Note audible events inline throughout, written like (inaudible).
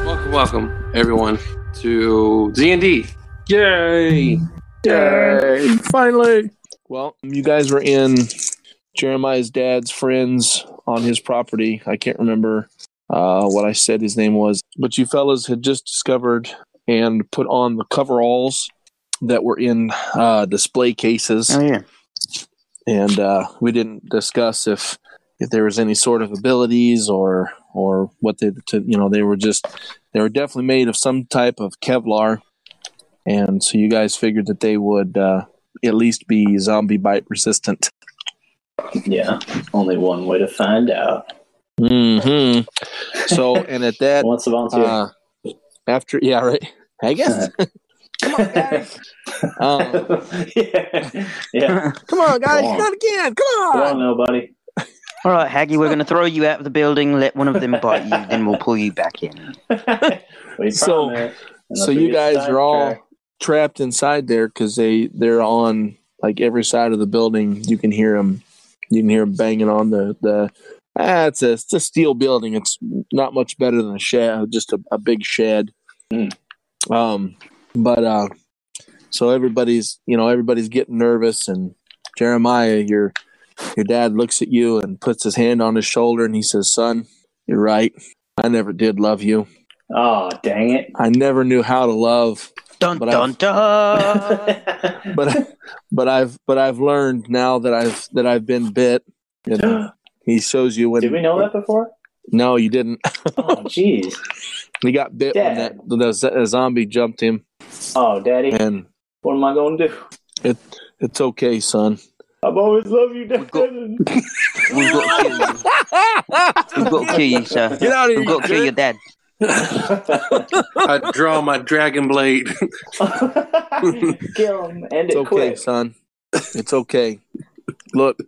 welcome everyone to D and D. Yay! Yay! Finally. Well, you guys were in Jeremiah's dad's friends on his property. I can't remember uh, what I said his name was, but you fellas had just discovered and put on the coveralls that were in uh, display cases, Oh yeah. and uh, we didn't discuss if if there was any sort of abilities or or what they to, you know they were just they were definitely made of some type of Kevlar, and so you guys figured that they would uh, at least be zombie bite resistant. Yeah, only one way to find out. Hmm. So, (laughs) and at that, Who wants to volunteer? uh, after yeah, right. I (laughs) guess. uh, Um, (laughs) yeah, yeah. (laughs) come on, guys, Go on. not again. Come Go on. (laughs) on, nobody. All right, Haggy, we're going to throw you out of the building. Let one of them bite you, then we'll pull you back in. we So- promise. And So the you biggest guys are all sidetrack- trapped inside there because they they're on like every side of the building. You can hear them. You can hear 'em banging on the the. Ah, it's a it's a steel building. It's not much better than a shed, just a, a big shed. Mm. Um, but uh, so everybody's you know everybody's getting nervous, and Jeremiah, your your dad looks at you and puts his hand on his shoulder, and he says, "Son, you're right. I never did love you. Oh, dang it! I never knew how to love." Dun, But Uh, (laughs) dun, dun. but but I've but I've learned now that I've that I've been bit. (gasps) And he shows you when. (gasps) Did we know that before? No, you didn't. (laughs) Oh, jeez. He got bit when that Dad. when the, z- a zombie jumped him, Oh, daddy, and what am I gonna do? it's okay, son. I've always loved you, dad. (laughs) We've got to kill you. We've got to kill you, sir. Get out of We've got to kill your dad. I draw my dragon (laughs) blade. Kill him. End It's it okay, quick. son. It's okay. Look,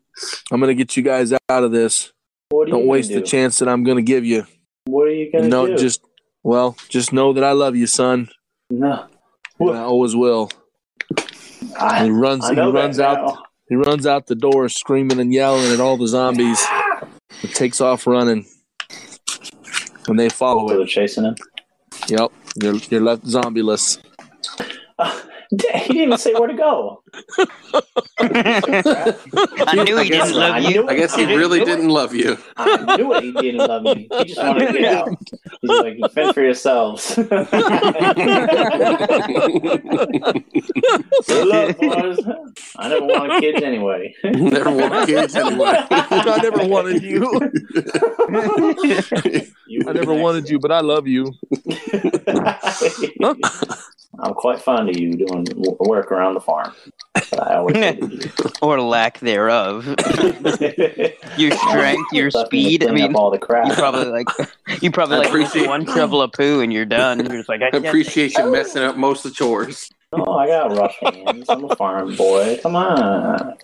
I'm gonna get you guys out of this. What are you Don't gonna waste do? the chance that I'm gonna give you. What are you gonna No, do? just well, just know that I love you, son. no. And I always will. And I, he runs. I He know that runs out. now. Oh, He runs out the door screaming and yelling at all the zombies. He takes off running. And they follow So it. they're chasing him. (laughs) Yep. You're, you're left zombieless. (laughs) Dang, he didn't even say where to go. I knew he didn't love you. knew I it. guess he didn't really do it. didn't love you. (laughs) I knew it. He didn't love me. He just wanted to get out. He's like, "You fend for yourselves. (laughs) Good luck, boys. I never wanted kids anyway. (laughs) (laughs) Never want kids (laughs) anyway. I never wanted you. You I never (laughs) wanted you, but I love you. (laughs) I'm quite fond of you doing w- work around the farm. But I (laughs) always hated you. (laughs) or lack thereof. (laughs) Your strength, your Left me to speed. I clean up (laughs) mean, all the crap. you probably like you probably I like appreciate- one shovel of poo and you're done. You're just like I I can't appreciate you messing up most of the chores. Oh, I got rough hands. I'm a farm boy. Come on.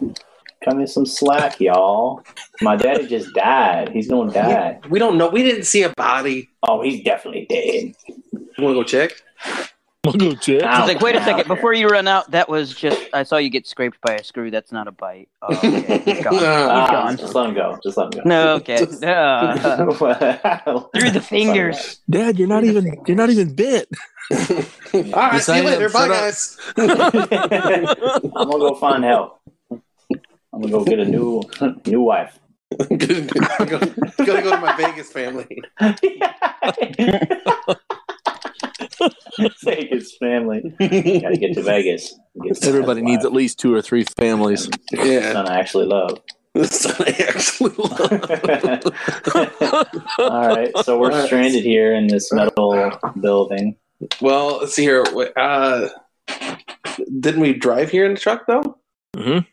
Cut me some slack, y'all. My daddy just died. He's gonna die. We don't know. We didn't see a body. Oh, he's definitely dead. You want to go (laughs) check? I'll go check. It's like, wait a second. Before you run out, that was just. I saw you get scraped by a screw. That's not a bite. Oh, okay. (laughs) He's gone. Oh, Ah, He's gone. just let him go. Just let him go. No, okay. Uh, (laughs) through the fingers. Dad, you're not even you're not even bit. All right, Yes, see I you am. later. Bye, Shut up. guys. (laughs) I'm gonna go find help. I'm gonna go get a new new wife. (laughs) (laughs) Gotta go to my Vegas family. Vegas family. Gotta get to Vegas. Get to Everybody that needs at life. least two or three families. Yeah, (laughs) son I actually love. that's what I actually love. All right, so we're All right. stranded here in this metal building. Well, let's see here. Wait, Uh, didn't we drive here in the truck though? We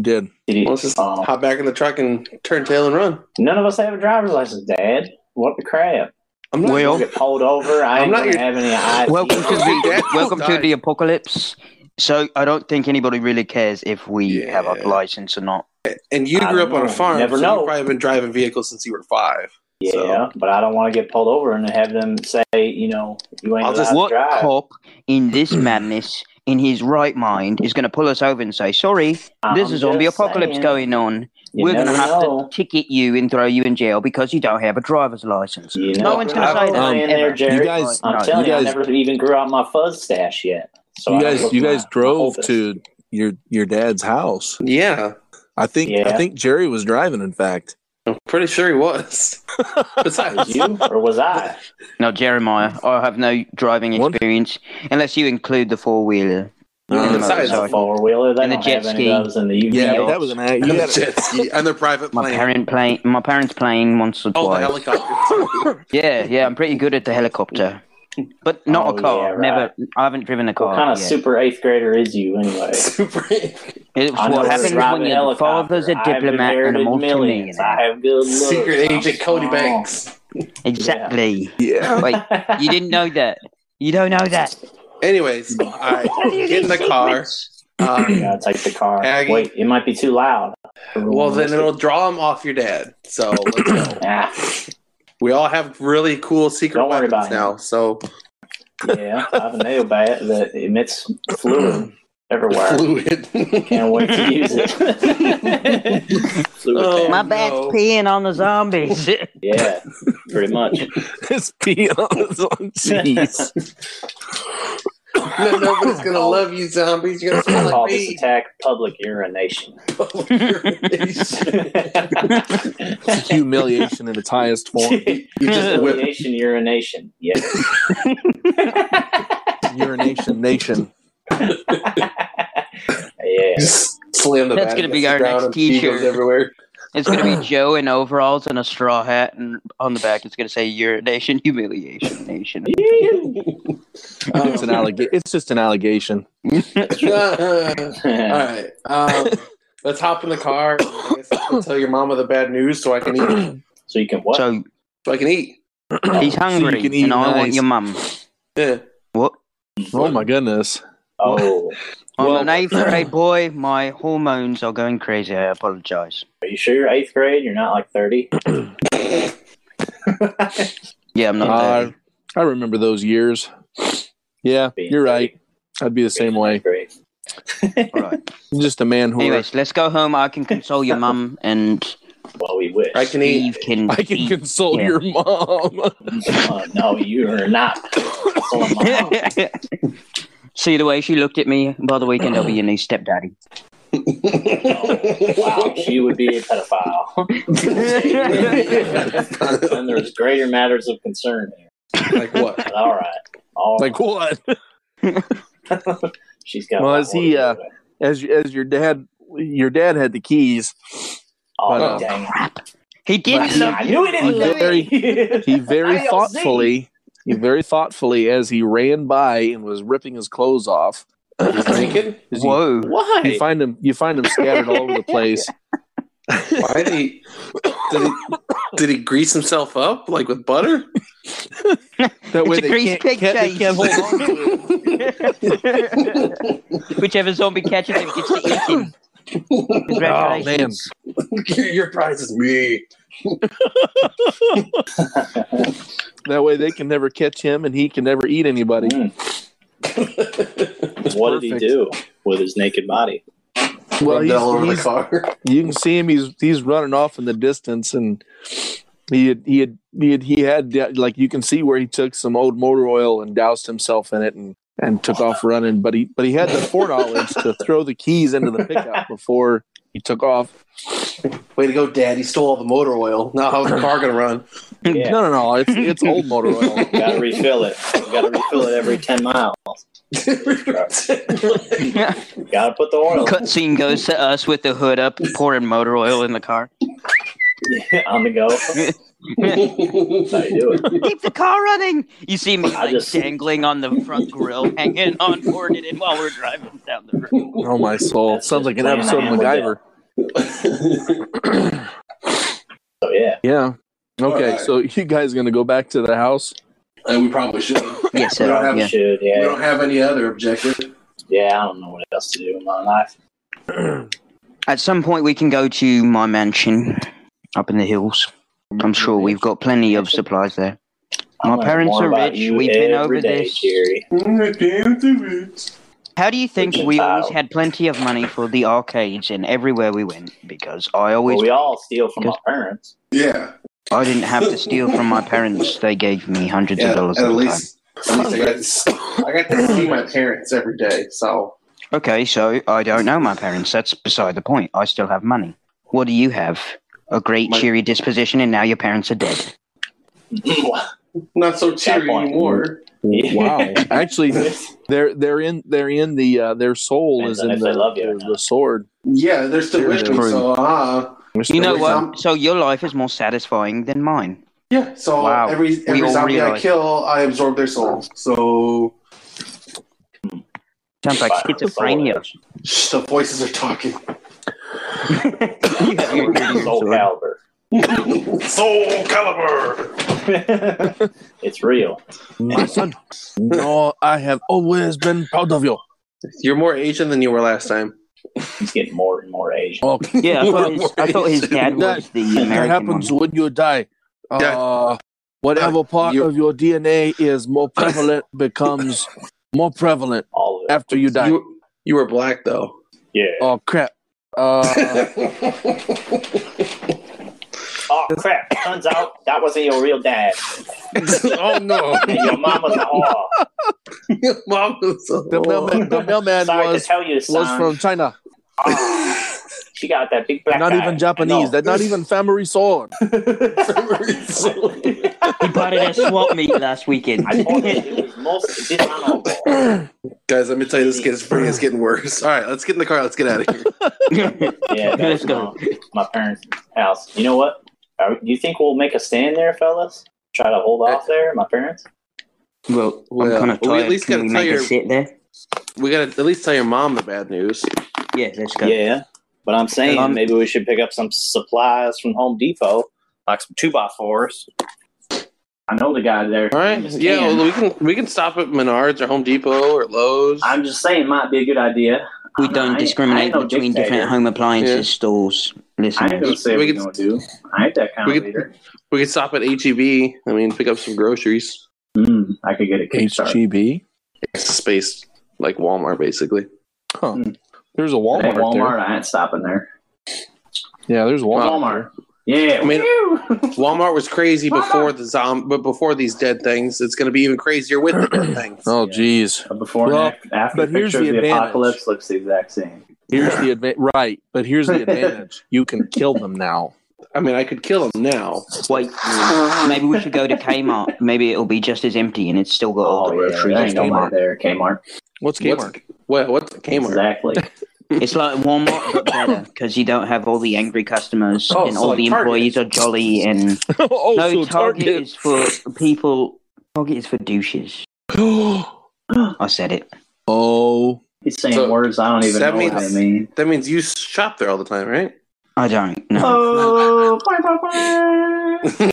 did. Did he- Well, let's just Oh, hop back in the truck and turn tail and run. none of us have a driver's license, Dad. What the crap? I'm not. We'll Well, get pulled over. I I'm ain't not gonna your- have any ID. welcome to the Yeah. welcome to the apocalypse. So I don't think anybody really cares if we have a Yeah. license or not. And you I grew up don't on a know. farm. Never so know. You've probably been driving vehicles since you were five. yeah, So. but I don't want to get pulled over and have them say, you know, you ain't I'll allowed just- to What drive. cop in this (clears throat) madness in his right mind is going to pull us over and say, "Sorry, there's I'm a zombie just apocalypse saying. going on. You We're going to never have know. to ticket you and throw you in jail because you don't have a driver's license." You no never one's going to know. say Um, that. in there, ever. Jerry. You guys- I'm No, telling you, you I guys- never even grew out my fuzz stash yet. So you I guys, look you my- guys my drove oldest. to your your dad's house. Yeah, I think I Yeah. think Jerry was driving. In fact, I'm pretty sure he (laughs) was. Besides, Was you or was I? No, Jeremiah, I have no driving What? experience unless you include the four wheeler. Oh, Uh, besides- It's a four wheeler. They And the don't jet have any ski. of those in the UK. yeah, but that was an act. You and the had a- jet ski and the private My plane. parent plane, my parents' plane once or oh, the twice. (laughs) helicopter. yeah, yeah, I'm pretty good at the helicopter, but not Oh, a car. yeah, right. Never, I haven't driven a car. what kind of yet. super eighth grader is you anyway? Super. It's I know how what to happens drive when a your helicopter. father's a I've diplomat and a inherited millions. I multimillionaire. have good looks. Secret I'm agent Cody strong. (laughs) Banks. Exactly. yeah. (laughs) Wait, you didn't know that. You don't know (laughs) that. Anyways, I get in the car. uh, Um, (clears throat) Yeah, take the car. Aggie. Wait, it might be too loud. well, then it'll draw him off your dad. So let's go. Ah, We all have really cool secret Don't worry weapons about him. now. So yeah, I have a nail bat that emits (clears throat) fluid everywhere. fluid. (laughs) Can't wait to use it. (laughs) fluid Oh. bat. My bat's no. peeing on (laughs) the zombies. Yeah, pretty much. it's peeing on his own cheese. no, nobody's (laughs) gonna love you, zombies. You're gonna smell Call like Oh. this me. attack public urination. (laughs) Humiliation in its highest (laughs) form. you just whip. Humiliation, urination. Yeah. Urination nation. yeah. (laughs) (laughs) Just slam the That's bat gonna be against the our ground next and pee t-shirt. goes (laughs) everywhere. It's gonna be Joe in overalls and a straw hat, and on the back it's gonna say "Urination, Humiliation Nation." Oh. It's an alleg- It's just an allegation. (laughs) all right, um, let's hop in the car. I guess I can tell your mama the bad news so I can (coughs) eat. so you can what? So So I can eat. he's hungry, can eat and I want nice. your mum. Yeah. What? Oh my goodness. oh, I'm Well- an (clears throat) eighth grade boy. My hormones are going crazy. I apologize. are you sure you're eighth grade? You're not like thirty. Yeah, I'm not. Uh, there. I remember those years. Yeah, you're right. I'd be the same way. Great. All (laughs) right. Just a man who Anyways, let's go home. I can console your mum, (laughs) and Well, we wish. I can eat. Eve can. I can (laughs) eat. console Yeah. your mom. (laughs) Uh, no, you are not. That's all (laughs) mine. See the way she looked at me by the weekend. I'll be your (laughs) new stepdaddy. wow, she would be a pedophile. and there's greater matters of concern here. (laughs) like what? But all right. All like what? She's got. a Well, lot is more he, to uh, do with. As as your dad, your dad had the keys. Oh, but, dang. He didn't look. I knew it He didn't look very- (laughs) it. (laughs) He very ILC. thoughtfully, he very thoughtfully, as he ran by and was ripping his clothes off. (coughs) He's naked? is you, Whoa! Why? you find him, you find him scattered all (laughs) over the place. Why did he, did he? Did he grease himself up like with butter? That It's way a they grease can't, pig can't, they chase. can't hold on to it. Whichever zombie catches him gets to eat him. (laughs) Oh man, Congratulations. (laughs) Your prize is me. that way they can never catch him, and he can never eat anybody. Mm. what did he Perfect. do with his naked body? Well, Rubbed it all over he's, the he's, car. (laughs) you can see him. He's he's running off in the distance, and he had, he had he had he had like you can see where he took some old motor oil and doused himself in it, and and took off running. But he but he had the foreknowledge to throw the keys into the pickup before he took off. Way to go, Dad! He stole all the motor oil. Now how's the car gonna (laughs) run? Yeah. No, no, no. It's it's old motor oil. Gotta refill it. Gotta refill it every 10 miles. Gotta put the oil Cutscene goes to us with the hood up, pouring motor oil in the car. (laughs) on the go. That's how you do it. Keep the car running. You see me I like just- dangling on the front grill, (laughs) hanging on board it in while we're driving down the road. Oh my soul! Sounds like an episode of MacGyver. So, yeah. Yeah. Okay, Alright. so you guys gonna go back to the house? and we probably should. (laughs) Yes, We don't sir. have- Yeah. Should, We yeah. don't have any other objective. Yeah, I don't know what else to do in my life. At some point, we can go to my mansion up in the hills. I'm sure we've got plenty of supplies there. I My learn parents more are about rich. you We've been every over day, this. Jerry. How do you think we always had plenty of money for the arcades and everywhere we went? Because I always Well, we all steal from our parents. (laughs) Yeah, I didn't have to steal from my parents. They gave me hundreds yeah. of dollars At all the least, at least I got, to see- I got to see my parents every day. So time. Okay, so I don't know my parents. That's beside the point. I still have money. What do you have? A great My- cheery disposition, and now your parents are dead. not so cheery point. anymore. (laughs) Wow. Actually, That's they're they're in they're in the uh, their soul is in Depends on the, if they love you or the, not. the sword. Yeah, they're still with me. True. So uh, They're You still- know Every what? time- So your life is more satisfying than mine. yeah. So Wow. every We every all zombie I realize- kill, I absorb their souls. So Sounds like Wow. schizophrenia. (laughs) shh, the voices are talking. You have your own Soul sword. Calibur. Soul Calibur. (laughs) it's real. my son. No, I have always been proud of you. You're more Asian than you were last time. He's getting more and more Asian. Okay. (laughs) Yeah, I thought his, I thought his dad was the that American one. happens when you die. Uh, Yeah. whatever part you- of your DNA is more prevalent becomes more prevalent All of it. after you die. You you were (laughs) black though. (laughs) Yeah. oh crap! Uh, Oh crap! Turns out that wasn't your real dad. oh no, And your mama's a whore. mom was so (laughs) the mailman, the mailman Sorry was to tell you, son. was from China, Ah, she got that big black. not guy. even Japanese. No. (laughs) That's not even family sword. He bought it at swap meet last (laughs) weekend. I told you it was most dishonorable. Guys, let me tell you, this gets it's getting worse. All right, let's get in the car. Let's get (laughs) out of here. Yeah, that's Let's go. my, my parents' house. You know what? Are, you think we'll make a stand there, fellas? Try to hold off there, my parents. Well, Well, I'm kind of we tired. at least Can gotta we tell make your- a sit there? We gotta at least tell your mom the bad news. Yeah, let's go. Yeah, but I'm saying Um, maybe we should pick up some supplies from Home Depot, like some two by fours. I know the guy there. All right, yeah, Dan. well, we can we can stop at Menards or Home Depot or Lowe's. I'm just saying, might be a good idea. We I'm- I don't ain't- I discriminate ain't no between dictator. different home appliances stores. I ain't gonna Listen, say We what we could- gonna do. I ain't that kind we of could- leader. we can stop at HEB. I mean, pick up some groceries. Mm, I could get a kickstart. HGB. It's a space like Walmart, basically. Huh. There's a Walmart, Walmart, Walmart I ain't stopping there. there. Yeah, there's a Walmart. Walmart. Yeah. I mean- whew. (laughs) Walmart was crazy before the zom, but before these dead things, it's going to be even crazier with the dead (clears throat) things. Oh geez. A before Well, and after, after but picture here's of the the, advantage. apocalypse looks the exact same. Here's the advantage. Right, but here's the (laughs) advantage. You can kill them now. I mean, I could kill them now. wait. Maybe we should go to Kmart. Maybe it'll be just as empty and it's still got all Oh, the yeah, groceries. there ain't Kmart. nobody there. Kmart. What's Kmart? (laughs) What, what's Kmart? Exactly. It's like Walmart but better because you don't have all the angry customers Oh, and so all like the Target. employees are jolly and (laughs) oh, no so Target is for people. Target is for douches. I said it. (gasps) oh, He's saying So, words I don't even that know what means- they mean. That means you shop there all the time, right? I don't (laughs) know. Oh, bye, bye, bye.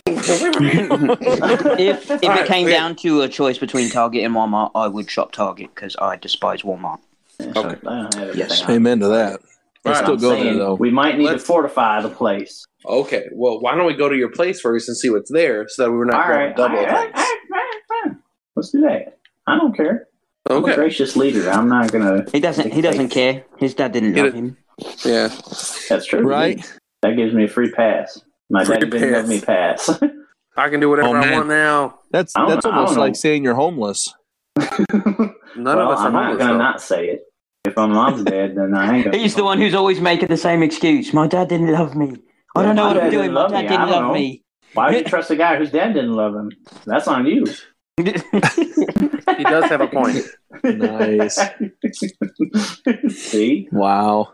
(laughs) if if Alright, it came we- down to a choice between Target and Walmart, I would shop Target because I despise Walmart. I don't have Yes. everything. amen to that. I All right, still I'm go there saying though. We might need Let's- to fortify the place. Okay. Well, why don't we go to your place first and see what's there, so that we're All not right, grabbing double all right, all right, things. all right. Let's do that. I don't care. I'm a Okay. gracious leader. I'm not gonna. He doesn't. He doesn't care. His dad didn't Get love it. him. Yeah. That's true. right? That gives me a free pass. My Free daddy didn't let pass. me pass. (laughs) I can do whatever Oh, I man. want now. That's I don't- that's I don't almost know. like saying you're homeless. None well, of us are I'm not homeless. gonna though. not say it. If my mom's dead, then I ain't (laughs) gonna. He's the one who's always making the same excuse. My dad didn't love me. I don't know My what dad I'm didn't doing. My love me. dad I didn't don't love know. me. Why would you trust a guy whose dad didn't love him? That's on you. He does have a (laughs) (laughs) point. Nice. See, Wow.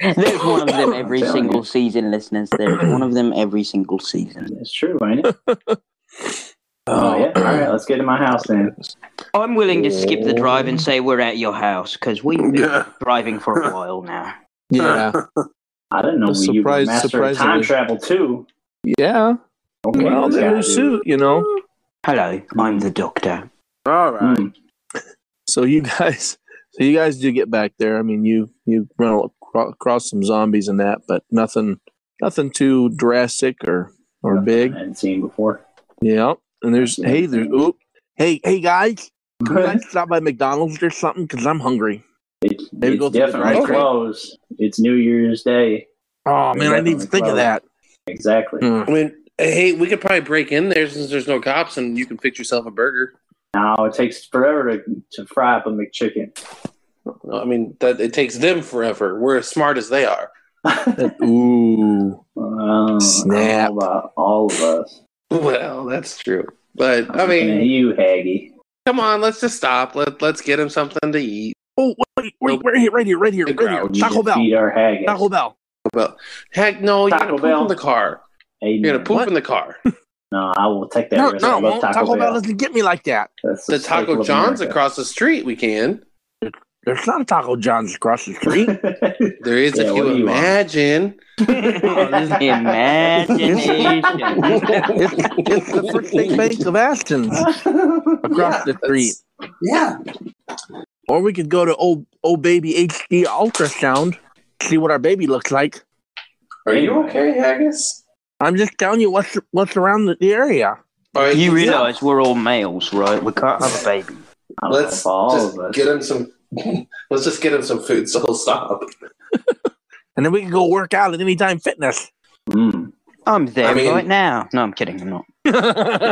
There's one of them every Telling single you. season, listeners. There's one of them every single season. it's true, ain't it? Oh yeah. (clears throat) All right, let's get to my house then. I'm willing to skip the drive and say we're at your house because we've been driving for a while now. yeah, I didn't know That's you were surprise- master of time surprisingly. travel too. yeah. Okay, Well, this guy, there's dude. suit, you know. Hello, I'm the doctor. (laughs) All right. Hmm, Mm. So you guys, (laughs) so you guys do get back there. I mean, you you run acro- across some zombies and that, but nothing nothing too drastic or or big. I hadn't seen before. Yeah. And there's hey, there's oop, hey hey guys, Can I stop by McDonald's or something? Because I'm hungry. It, Maybe go it's through the definitely drive-thru. closed. It's New Year's Day. Oh man, I didn't even think of that. Exactly. Mm. I mean, hey, we could probably break in there since there's no cops, and you can fix yourself a burger. Now it takes forever to, to fry up a McChicken. (laughs) No, I mean, that it takes them forever. We're as smart as they are. (laughs) Ooh, Um, Snap. About all of us. Well, that's true. But I Looking at mean, you, Haggy. come on, let's just stop. Let Let's get him something to eat. oh wait, wait, right here, right here, right here, right here. Grouch. You Oh, Taco just Bell, Feed our haggis. Taco Bell. Heck, no, you're gonna Taco poop Bell. in the car. Amen. You're gonna poop What? in the car. (laughs) No, I will take that No, risk. no, I it love won't. Taco, Bell. doesn't get me like that. That's The staple Taco of John's (laughs) America. across the street. We can. There's not a Taco John's across the street. There is Yeah, if what you do you want? (laughs) imagine. Oh, it's, it's the First State Bank of (laughs) Ashton across the street. Yeah. Or we could go to old old baby HD ultrasound, see what our baby looks like. Are you okay, Haggis? I'm just telling you what's what's around the, the area. All right, You realize we're all males, right? We can't have a baby. I love Let's all just of us. get him some. (laughs) Let's just get him some food, (laughs) so he'll stop. And then we can go work out at Anytime Fitness. Mm. I'm there I mean- right now. No, I'm kidding. I'm not.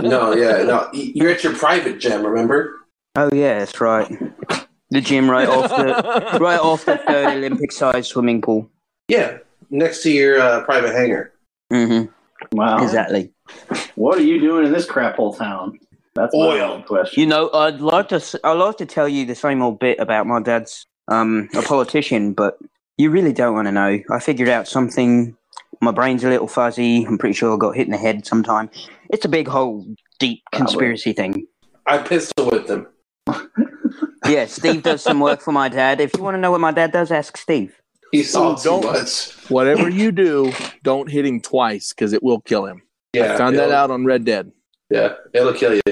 No, yeah, no. y- You're at your private gym, remember? Oh yeah, that's right. The gym right (laughs) off the right off the third Olympic-sized swimming pool. Yeah, next to your uh, private hangar. hmm Wow. Exactly. What are you doing in this crap hole town? That's my Oil. only question. You know, I'd like to. s- I'd like to tell you the same old bit about my dad's um, a politician, but you really don't want to know. I figured out something. My brain's a little fuzzy. I'm pretty sure I got hit in the head sometime. It's a big whole deep conspiracy thing. I pistol whipped him. Yeah, Steve does some work for my dad. If you want to know what my dad does, ask Steve. He saw Oh, too don't- much. Whatever you do, don't hit him twice because it will kill him. Yeah, Found that it'll- out on Red Dead. Yeah, it'll kill you.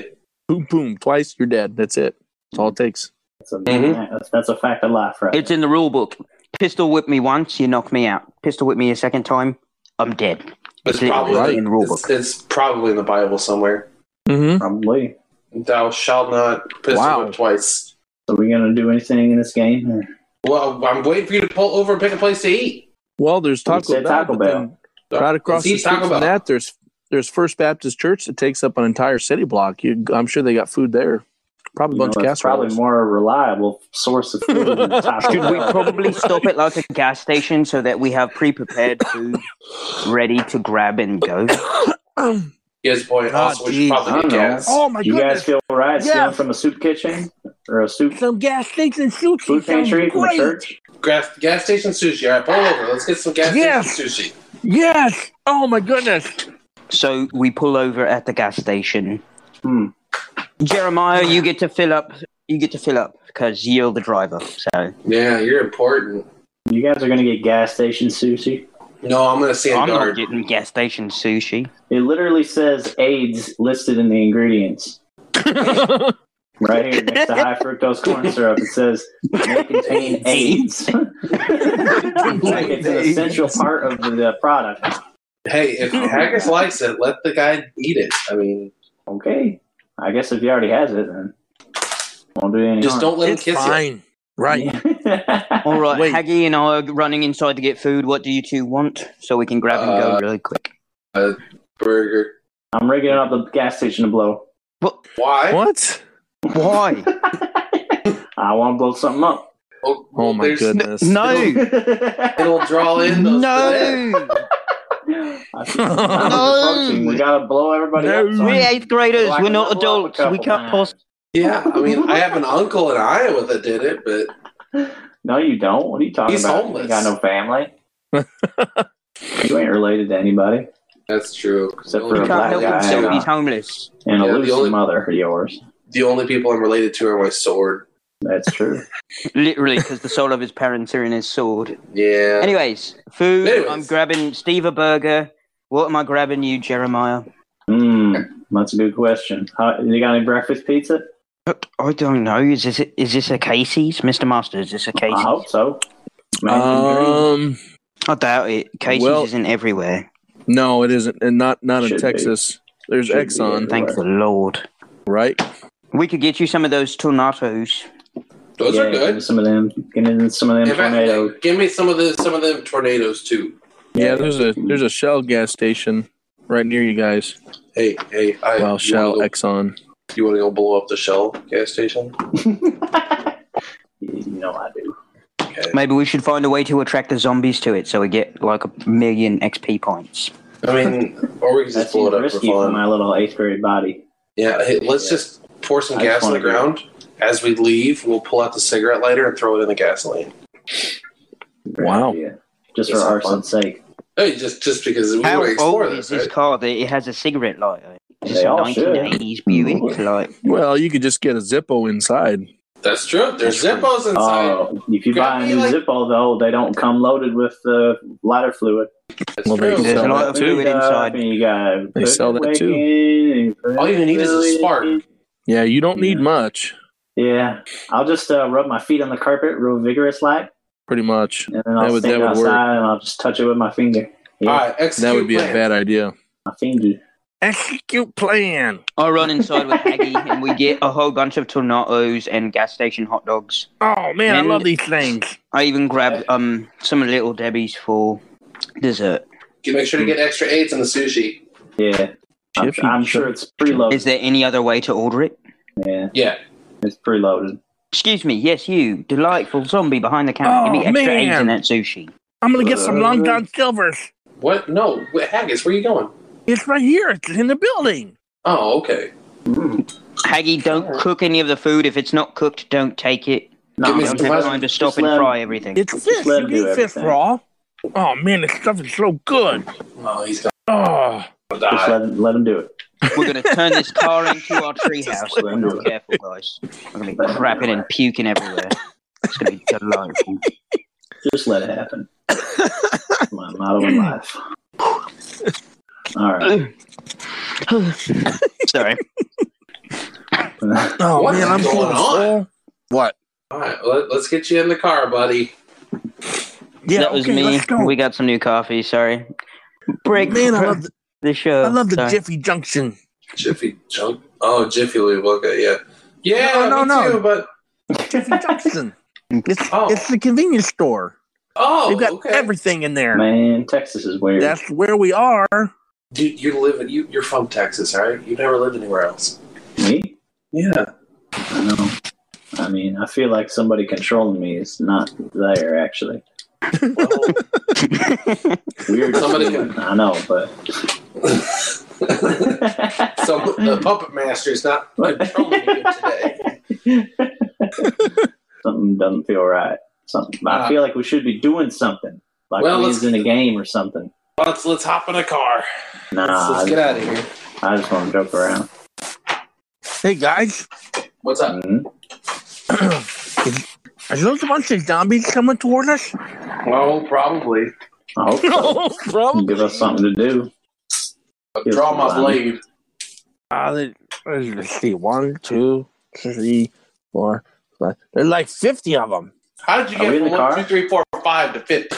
Boom, boom, twice, you're dead. That's it. That's all it takes. That's a, Mhm. Mm-hmm. that's, that's a fact of life, right? It's in the rule book. Pistol whip me once, you knock me out. Pistol whip me a second time, I'm dead. It's literally probably right in the rule book. It's, it's probably in the Bible somewhere. Mm-hmm. Probably. Thou shalt not pistol Wow. whip twice. So we gonna do anything in this game? or- Well, I'm waiting for you to pull over and pick a place to eat. Well, there's We Taco said Bell. Taco but Bell. then Right across See, the street Taco from Bell. that, there's there's First Baptist Church that takes up an entire city block. You, I'm sure they got food there. Probably a You bunch know, of that's probably casseroles. more reliable source of food (laughs) than Taco Should we Bell. probably stop at like a gas station so that we have pre-prepared food ready to grab and go? Yes, boy. Ah, also, we geez, should probably I get don't know. gas. Um, oh my You guys goodness! feel right Yeah. stealing from a soup kitchen or a soup Some gas station sushi food sounds pantry from a great. church? Gas, gas station sushi. All right, pull over. Let's get some gas Yes. station sushi. Yes! Oh my goodness! (laughs) So we pull over at the gas station. Hmm. Jeremiah, you get to fill up. You get to fill up because you're the driver. So Yeah, you're important. You guys are gonna get gas station sushi. No, I'm gonna I'm stand not guard. getting gas station sushi. It literally says AIDS listed in the ingredients. Right here next to high fructose corn syrup, it (laughs) says may (laughs) contain AIDS. like (laughs) it's an essential part of the product. Hey, if Haggis likes it, let the guy eat it. I mean, Okay, I guess if he already has it, then won't do any. just don't let him It's kiss you. fine, right? don't. All right, Wait. Haggy and I are running inside to get food. What do you two want? So we can grab and go Uh, really quick. Burger. (laughs) I'm rigging up the gas station to blow. What? Why? What? Why? I want to blow something up. Oh, Oh my there's- goodness! (laughs) No. It'll draw in those. bananas. No, (laughs) I think the time is approaching. We gotta blow everybody up. No. so I (laughs) we're can- eighth graders. so I we're can not level up a adults. We couple can't times. possibly. Yeah, I mean, I have an uncle in Iowa that did it, but No, you don't. What are you talking He's about? homeless. You got no family. (laughs) you ain't related to anybody that's true. Except The only for a Can't black help people- guy. himself. uh, He's homeless. and a Yeah, the loose only- mother of yours. The only people I'm related to are my sword. That's true. Literally, because the soul of his parents are in his sword. Yeah. Anyways, food. Anyways. I'm grabbing Steve a burger. What am I grabbing you, Jeremiah? Mm, that's a good question. How, you got any breakfast pizza? Look, I don't know. Is this is this a Casey's, Mr. Master? Is this a I Casey's? hope so. Man, Um, I doubt it. Casey's Well- isn't everywhere. no, it isn't, and not not in Should be. Texas. There's Should be. Exxon, Thank- Thank the Lord. right? We could get you some of those tornadoes. Those are give me good. some of them. Give me some of them In fact, tornadoes. give me some of the some of the tornadoes too. Yeah, there's a there's a Shell gas station right near you guys. Hey, hey, I Well, you Shell, wanna Exxon. go- you want to go blow up the Shell gas station? (laughs) You know I do. Okay. Maybe we should find a way to attract the zombies to it so we get like a million XP points. I mean, or we can That just blow it seems up for risky for fun. my little eighth grade body. Yeah, hey, let's just pour some I just gas on the wanna go. ground. As we leave, we'll pull out the cigarette lighter and throw it in the gasoline. Great Wow. idea. Just It's for not arson's sake. Hey, just just because we want to How old explore is this. this Right? car that it has a cigarette lighter? It's They a all should. 1980s Buick. Like, Well, you could just get a Zippo inside. That's true. There's Zippos inside. Oh, if you Gotta buy a be new like- Zippo though, they don't come loaded with the lighter fluid. That's Well, true. they there's sell a lot that of too. fluid Up, inside. And you gotta They put sell that wick too. in, and- All you need is a spark. Yeah, you don't need Yeah. much, Yeah, I'll just uh, rub my feet on the carpet real vigorous like, pretty much. and then I'll That would- stand that would outside work. and I'll just touch it with my finger, Yeah. All right, execute That would be a plan. bad idea. my fingy. Execute plan. I run inside with Aggie and we get a whole bunch of tornadoes and gas station hot dogs. Oh man, I love these things. I even grabbed um some of little Debbie's for dessert. Get- Make sure to get extra aids on the sushi. Yeah, I'm, Jiffy I'm sure it's Oh. preloaded. Is there any other way to order it? yeah, Yeah. it's preloaded. Excuse me, yes, you delightful zombie behind the counter. Give me Oh, extra man. eggs in that sushi. I'm gonna get some Long John Uh-huh. Silvers. What? No, wh- Haggis, where you going? It's right here. It's in the building. Oh, okay. Haggy, don't cook any of the food. If it's not cooked, don't take it. No, Give me We some don't have pleasure. time to stop Just and let- fry everything. It's fish. let You him do eat fish everything. raw. Oh man, this stuff is so good. Oh, he's gonna Oh, just die. let him, let him do it. We're gonna turn this car into (laughs) our treehouse. if We're not careful, guys. We're gonna be crapping and puking everywhere. It's (laughs) gonna be delightful. Just let it (laughs) happen. my motto in life. All (laughs) right. Sorry. oh What man, is I'm so going on? full. What? All right, let, let's get you in the car, buddy. Yeah, that was okay, me. let's go. We got some new coffee. Sorry. Break man, I love the, the show. I love the Oh, Sorry. Jiffy Junction. Jiffy Junk. Oh, Jiffy Lube. Okay, yeah. Yeah, No, no, me no. too, but Jiffy Junction. It's, Oh. it's the convenience store. oh, They've got okay. everything in there. Man, Texas is weird. That's where we are. Dude, you live in you. You're from Texas, all right? You've never lived anywhere else. Me? Yeah. I know. I mean, I feel like somebody controlling me is not there, actually. Well, Weird. Somebody feeling, can- I know, but. (laughs) so (laughs) the puppet master is not controlling you today. something doesn't feel right. Something. I Uh, feel like we should be doing something. Like Well, we let's- was in a game or something. Let's let's hop in a car. Nah, Let's, I, let's get just, out of here. I just want to joke around. Hey guys, What's up? Mhm. are those a bunch of zombies coming toward us? Well, probably. I (laughs) hope so. No, bro. Give us something to do. (laughs) Give Draw us my some blade. Uh, they- let's see, one, two, three, four, five. There's like fifty of them. How did you Are we get in from the one, car? two, three, four, five to fifty?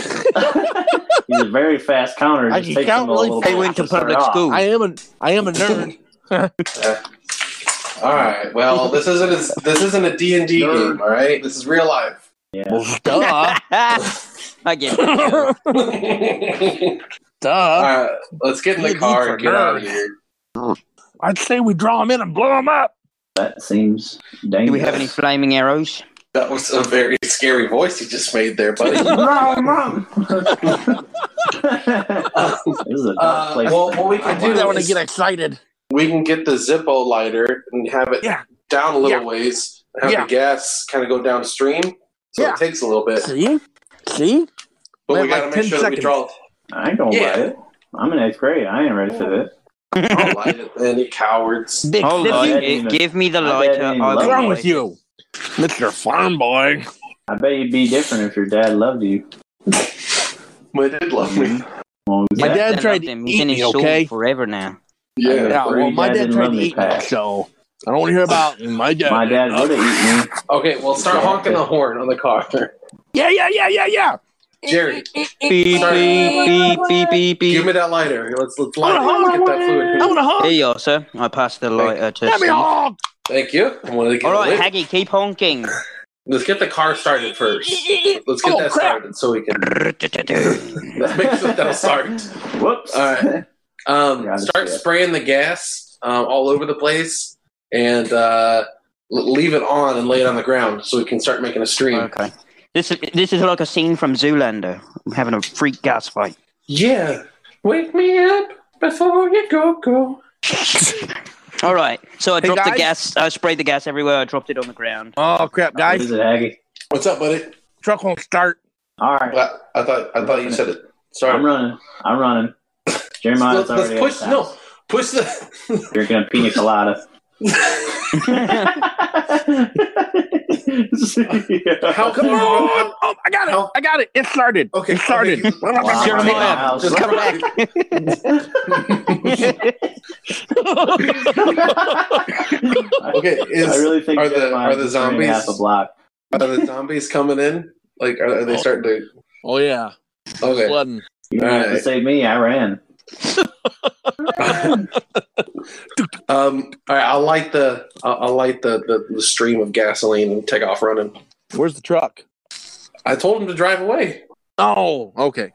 He's a very fast counter. I Just can takes count him a really little fast. They bit went to start public off. school. I am a, I am a (laughs) nerd. All right. Well, this isn't a, this isn't a D and D Nerd. game. All right, this is real life. Yeah. Well, duh, (laughs) I get (laughs) it. (laughs) all duh. right, let's get in the D&D car for and get out of nerds. here. I'd say we draw them in and blow them up. That seems dangerous. Do we (laughs) have any flaming arrows? That was a very scary voice you just made there, buddy. (laughs) Mom, (laughs) mom. this is a dark Uh, place. well, what we can Do that do when I is get excited. we can get the Zippo lighter and have it Yeah. down a little Yeah. ways. and Have Yeah. the gas kind of go downstream, so Yeah. it takes a little bit. See, see. But we Like got to 10 make sure that we seconds. draw. I ain't gonna Yeah. buy it. I'm in eighth grade. I ain't ready for this. I'll light it. Any cowards? Big Oh, fifty. Lord. light didn't it. even- give me the I lighter. didn't even I look. What's will wrong light with you, Mister Farm Boy? I bet you'd be different if your dad loved you. My dad loved me. Well, it. My Yeah, dad I tried loved to him. eat He's in his me, soul okay? forever now. Yeah. Yeah, Or well, you my guys dad didn't tried love to me, eat me, Pat. so I don't want to hear about my dad. my dad would have eaten me. Okay, well, start honking the horn on (laughs) the car. Yeah, yeah, yeah, yeah, yeah. Jerry, Beep, Sorry. beep, beep, beep, give beep, beep. me that lighter. Let's let's light it. Oh, Get that fluid. I want to honk. Here you are, sir. I passed the lighter to Let me Steve. honk. Thank you. I wanted to get All right, lit. Haggy, keep honking. (laughs) Let's get the car started first. Let's get that started so we can that makes it that'll start. Whoops. All right. Um, Yeah, I start see it. spraying the gas um, all over the place and uh, l- leave it on and lay it on the ground so we can start making a stream. okay. This is this is like a scene from Zoolander. I'm having a freak gas fight. Yeah. Wake me up before you go go. All right. So I Hey, dropped guys? the gas. I sprayed the gas everywhere. I dropped it on the ground. (laughs) Oh crap, What guys! is it, Aggie? What's up, buddy? Truck won't start. All right. I, I thought I thought you said it. Sorry. I'm running. I'm running. Let's, let's Jeremiah's already push outside. no push the (laughs) You're gonna pina colada. (laughs) how Come on! Oh, I got it! How- I got it! It started. Okay, it (laughs) started. okay. Jeremiah, just come back. (laughs) (laughs) (laughs) Okay, is I really think are the are Jeremiah's the just running zombies half a block. are the zombies coming in? Like are, are they starting to Oh yeah, Okay. flooding. You didn't have to Alright. save me. I ran. Um, all right, I'll light the I'll, I'll light the, the the stream of gasoline and take off running. Where's the truck? I told him to drive away. Oh, okay.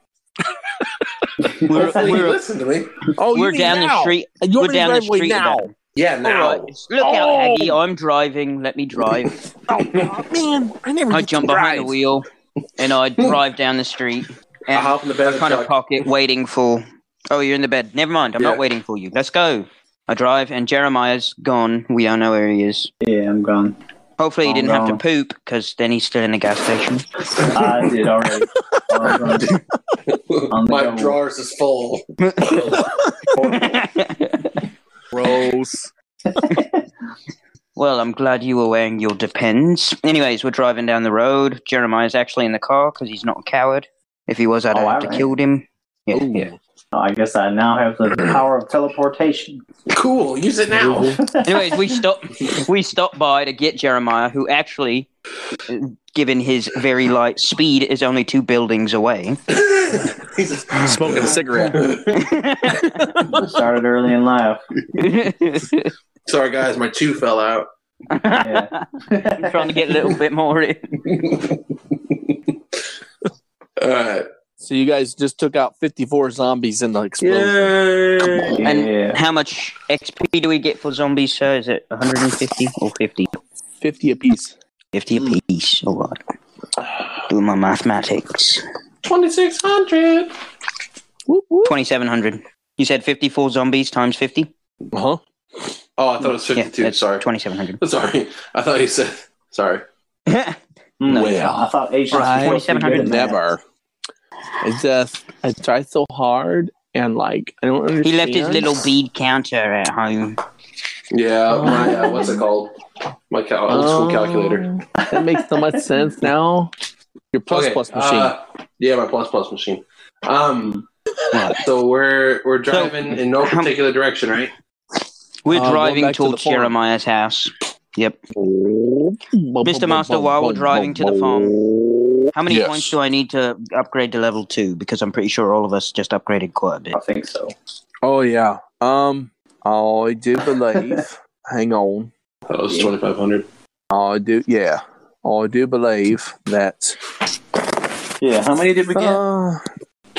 We're, Hopefully, he we're- listened to me. Oh, you we're mean down now. the street. You want We're me to down the drive away street now. (laughs) about it. Yeah, now. All right. Look Oh. out, Aggie. I'm driving. Let me drive. Oh man, I never. I get to jump behind the drive. wheel and I drive down the street. I Uh-huh. And hop in the bed. I kind of truck. park it waiting for. Oh, you're in the bed. Never mind. I'm Yeah. not waiting for you. Let's go. I drive and Jeremiah's gone. We don't know where he is. (laughs) Yeah, I'm gone. Hopefully, he Oh, didn't have to no. poop because then he's still in the gas station. I (laughs) did already. I was running. on the My go. drawers is full. (laughs) Gross. Well, I'm glad you were wearing your depends. Anyways, we're driving down the road. Jeremiah's actually in the car because he's not a coward. If he was, I'd Oh, have alright. to killed him. Yeah, Ooh. yeah. Oh, I guess I now have the power of teleportation. Cool. Use it now. (laughs) Anyways, we stop. (laughs) we stop by to get Jeremiah, who actually, uh, given his very light speed, is only two buildings away. (laughs) (laughs) He's Smoking a cigarette. Started early in (laughs) life. I'm Sorry, guys. My chew fell out. Yeah. trying to get a little bit more in. All right. (laughs) So you guys just took out 54 zombies in the explosion. Yay. yeah. And how much XP do we get for zombies, sir? Is it 150 or 50? 50 apiece. 50 apiece. All right. Do my mathematics. Twenty six hundred. 2,700. You said 54 zombies times 50? Uh-huh. Oh, I thought it was Yeah, fifty two. that's sorry. 2,700. (laughs) Sorry. I thought you said. Sorry. No. Well, Hmm. I thought Asians were Right. supposed to be good at math. never. It's just I tried so hard and like I don't understand. (laughs) he left his little bead counter at home. Uh, Yeah. My uh, what's it called? My cal- old school Um, calculator. Oh, that makes so much sense now. Your plus Okay, plus machine. uh, yeah, my plus plus machine. Um, so we're we're driving in no how- particular direction, right? We're Uh, going driving back to the towards farm. Jeremiah's house. Yep. Mr. Mr. Master, while we're driving to the farm, how many Yes. points do I need to upgrade to level two? Because I'm pretty sure all of us just upgraded quite a bit. I think so. Oh yeah. Um. I do believe. hang on. That was twenty five hundred. I do. Yeah. I do believe that. Yeah. How many did we get? Uh,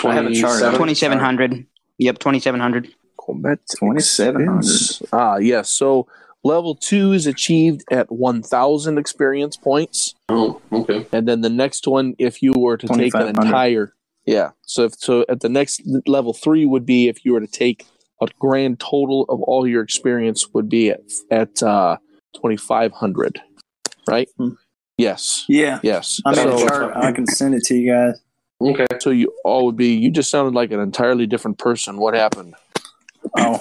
I have a chart. 2,700. Yep, 2,700. combat 2700. expense. Ah, yes. so level two is achieved at 1,000 experience points, Oh, okay. and then the next one, if you were to take an 2500. entire, yeah. So if so, at the next level three would be if you were to take a grand total of all your experience would be at at uh, 2,500, right? Hmm. Yes. Yeah. Yes. I made a so, chart. I can send it to you guys. Okay. so you all would be. You just sounded like an entirely different person. What happened? Oh.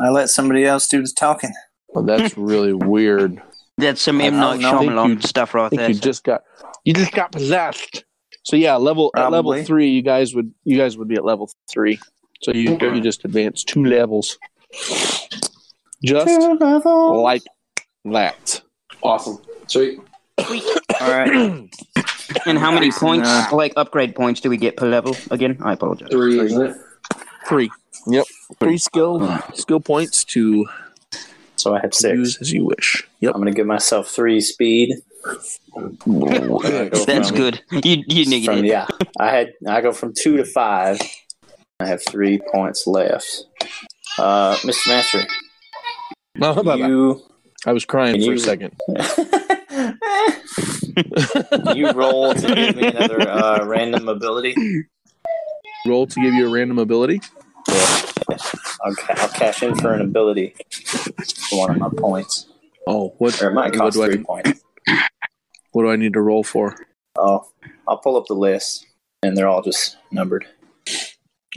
I let somebody else do the talking. Well, (laughs) that's really weird. That's some M. I Night don't know. Shyamalan stuff right I think there. you just got you just got possessed. So yeah, level at level Probably. three, you guys would you guys would be at level three. So you Okay. you just advance two levels, just like that. Awesome. Sweet. All right. (coughs) And how many points, Nah. like upgrade points, do we get per level? Again, I apologize. Three, isn't it? Three. Yep. Three skill skill points to So I have Uh. six. Use as you wish. Yep. (laughs) I'm going to give myself three speed. I go That's from- good. You you knew you from- did. yeah, I had. I go from two to five. I have three points left. Uh, Mr. Mastery, No, Oh, bye-bye. you I was crying Can for you- a second. you roll to give me another uh, random ability. Roll to give you a random ability. I'll, ca- I'll cash in for an ability for one of my points, Oh, what or it might what cost do I three points. what do I need to roll for? Oh, I'll pull up the list, and they're all just numbered.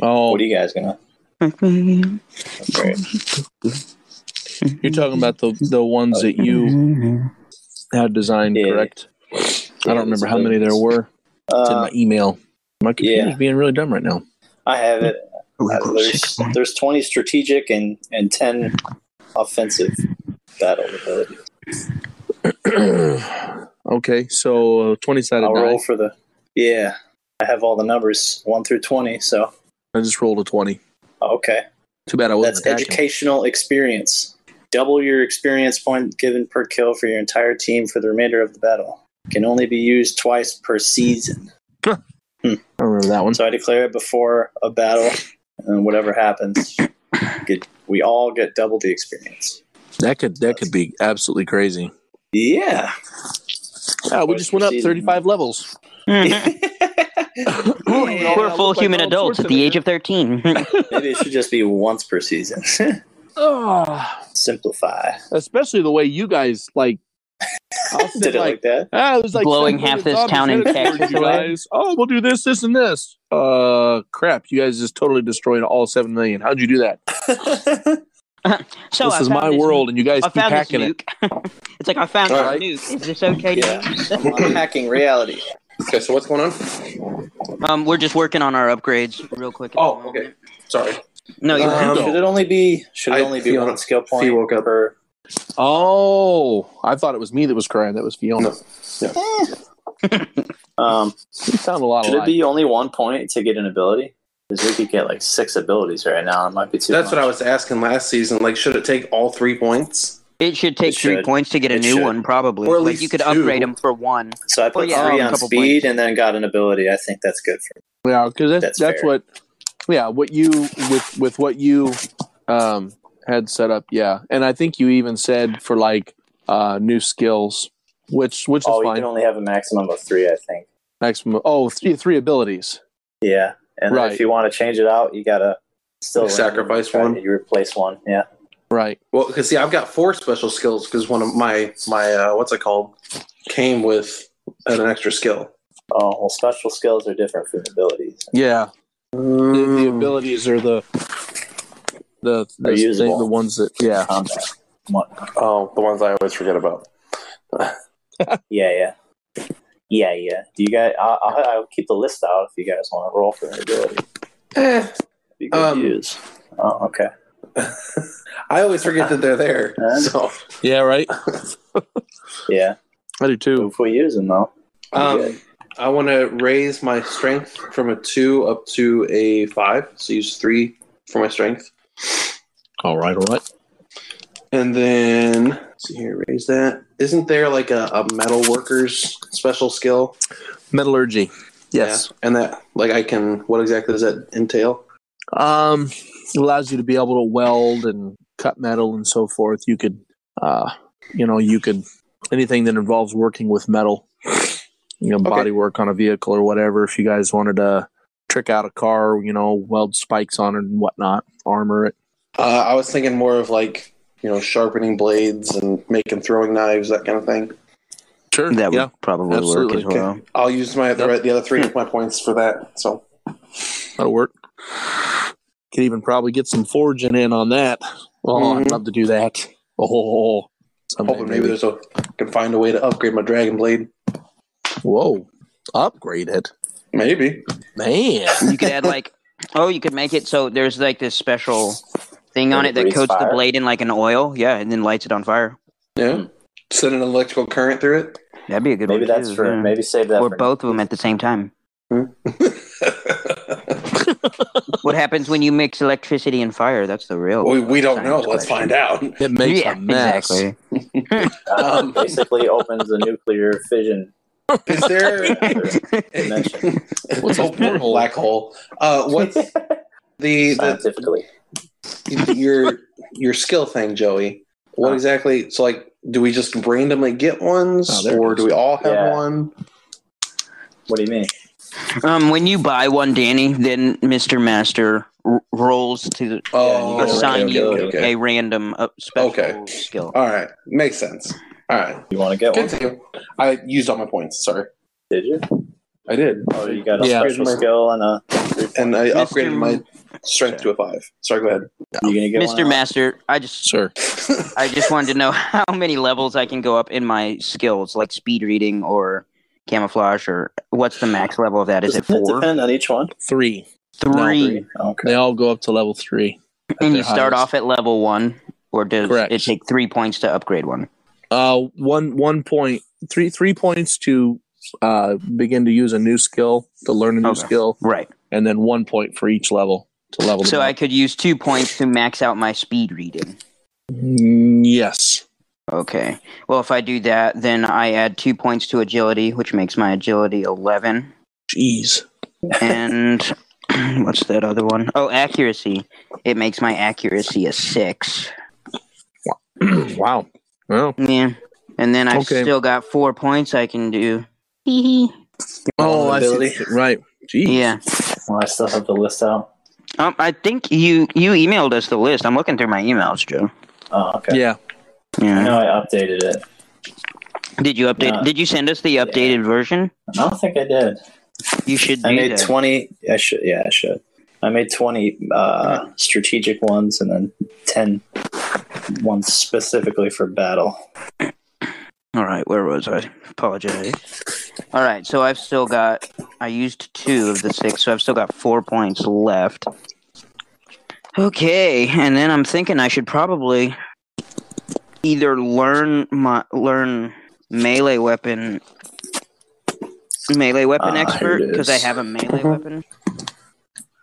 Oh, What are you guys gonna? You're talking about the the ones that (laughs) you had designed, Yeah. correct? I Yeah, don't remember how it's- many there were. It's in Uh, my email. My computer's yeah. being really dumb right now. (clears throat) I have it. Uh, Six there's points. there's 20 strategic and and 10 offensive battle ability. okay, so uh, twenty sided I'll roll die. for the yeah. I have all the numbers one through 20. So I just rolled a twenty. okay, Too bad I that's wasn't attacking. educational experience. Double your experience point given per kill for your entire team for the remainder of the battle. Can only be used twice per season. I don't remember that one. So I declare it before a battle, and whatever happens, get, we all get double the experience. That could that could be absolutely crazy. (laughs) Yeah. Yeah, we just went up thirty five levels. Mm. (laughs) (laughs) We're full human adults at the age of thirteen. (laughs) Maybe it should just be once per season. (laughs) Ah, Simplify. especially the way you guys like. (laughs) I'll sit, Did it like that? Ah, it was like Blowing seven half this zombies town in headed towards Texas you away. guys. Oh, we'll do this, this, and this. Uh, crap! You guys just totally destroyed all seven million. How'd you do that? so this I is found my this- world, and you guys I keep found this hacking it. nuke. (laughs) it's like I found this Alright. nuke. Is this okay? Yeah. To use? I'm hacking reality. Okay, so what's going on? (laughs) Um, we're just working on our upgrades real quick. at Oh, the okay. moment. Sorry. No, you're Um, should it only be should it I only be feel- one skill point woke up. per Oh, I thought it was me that was crying. That was Fiona. um You sound a lot should it alike. be only one point to get an ability? Because we could get like six abilities right now. It might be too That's what I was asking last season. Like, should it take all three points? It should take It three should. points to get a It new should. one, probably. Or at Like, least you could two. upgrade them for one. so I put Well, yeah, three um, on couple speed points. and then got an ability. I think that's good for Yeah, because that's that's, That's fair. what. Yeah, what you with with what you um had set up. Yeah, and I think you even said for like uh new skills, which which is Oh, you fine. can only have a maximum of three, I think. Maximum. Oh, three three abilities. Yeah. And then Right. if you want to change it out, you gotta still Sacrifice try- one. You replace one. Yeah. Right. Well, because see, I've got four special skills because one of my my uh, what's it called came with an extra skill. Oh well, special skills are different from abilities. Yeah. The, the Mm. abilities are the the Mm. Are the, usable. the ones that yeah. Combat. Oh, the ones I always forget about. Yeah, yeah, yeah, yeah. Do you guys? I'll, I'll, I'll keep the list out if you guys want to roll for an ability. Eh, You could Um, use. Oh, okay. I always forget that they're there. Uh, So, Yeah. Right. Yeah. I do too. If we use them though. um, I want to raise my strength from a two up to a five. So use three for my strength, All right. All right. and then let's see here, raise that. Isn't there like a, a metal worker's special skill? Metallurgy. Yes. Yeah. and that like I can. What exactly does that entail? Um, it allows you to be able to weld and cut metal and so forth. You could, uh, you know, you could anything that involves working with metal, you know, body work on a vehicle or whatever. If you guys wanted to trick out a car, you know, weld spikes on it and whatnot, armor it. Uh, I was thinking more of like you know sharpening blades and making throwing knives that kind of thing. Sure. That would yeah. probably absolutely. work as well. I'll use my the, the other three of my points for that. So That'll work. Could even probably get some forging in on that. Oh, Mm-hmm. I'd love to do that. Oh, someday hoping maybe there's a can find a way to upgrade my dragon blade. whoa, upgrade it, Maybe man. You could add (laughs) like, oh, you could make it so there's like this special thing on That it that breathes coats the fire. blade in like an oil, yeah, and then lights it on fire. yeah. Send an electrical current through it. That'd be a good. Maybe one that's too, for. yeah. Maybe save that or for. both of them at the same time. what happens when you mix electricity and fire? That's Oh, the real. We, we don't know. science Let's question. find out. It makes (laughs) Yeah, a mess. exactly. Um, basically opens a nuclear fission is there dimension what's (laughs) a portal black hole? Uh, (laughs) (laughs) what's the, the scientifically. your your skill thing, Joey? What exactly? So like, do we just randomly get Oh, ones, there it or do we all have Yeah. one? What do you mean? Um, when you buy one, Danny, then Mister Master r- rolls to Oh, gotta assign okay, you okay, okay. a random uh, special Okay. skill. All right, makes sense. All right, You want to get one? continue. I used all my points. Sorry, Did you? I did, Oh, you got a Yeah. special Here's my- skill and a. and I Mr. upgraded my strength to a five. Sorry, go ahead. You gonna get Mister one? Master, I just Sir. I just wanted to know (laughs) how many levels I can go up in my skills, like speed reading or camouflage, or what's the max level of that? Is it Doesn't it four? depend on each one? Three. Three. Okay. They all go up to level three. and you their start highest. off at level one, or does Correct. it take three points to upgrade one? Uh, one one point three three points to uh begin to use a new skill to learn a new Okay. skill, Right. and then one point for each level to level. So them I up. could use two points to max out my speed reading. Mm, yes. Okay. Well, if I do that, then I add two points to agility, which makes my agility 11. Jeez. And (clears throat) what's that other one? Oh, accuracy. It makes my accuracy a six. wow. Well. Yeah. And then I've Okay. still got four points I can do. Hee hee. Oh, I see. Vulnerability. Right. Jeez. yeah. Well, I still have the list out. Um, I think you you emailed us the list. I'm looking through my emails, Joe. Oh, okay. Yeah. Yeah. I know I updated it. Did you update? No. Did you send us the updated version? I don't think I did. You should do I made that. twenty. I should. Yeah, I should. I made twenty uh, strategic ones and then 10 ones specifically for battle. All right, where was I? Apologize. All right, so I've still got. I used two of the six, so I've still got four points left. Okay, and then I'm thinking I should probably either learn my learn melee weapon, melee Ah, weapon here expert, 'cause expert it because I is. Mm-hmm. have a melee weapon,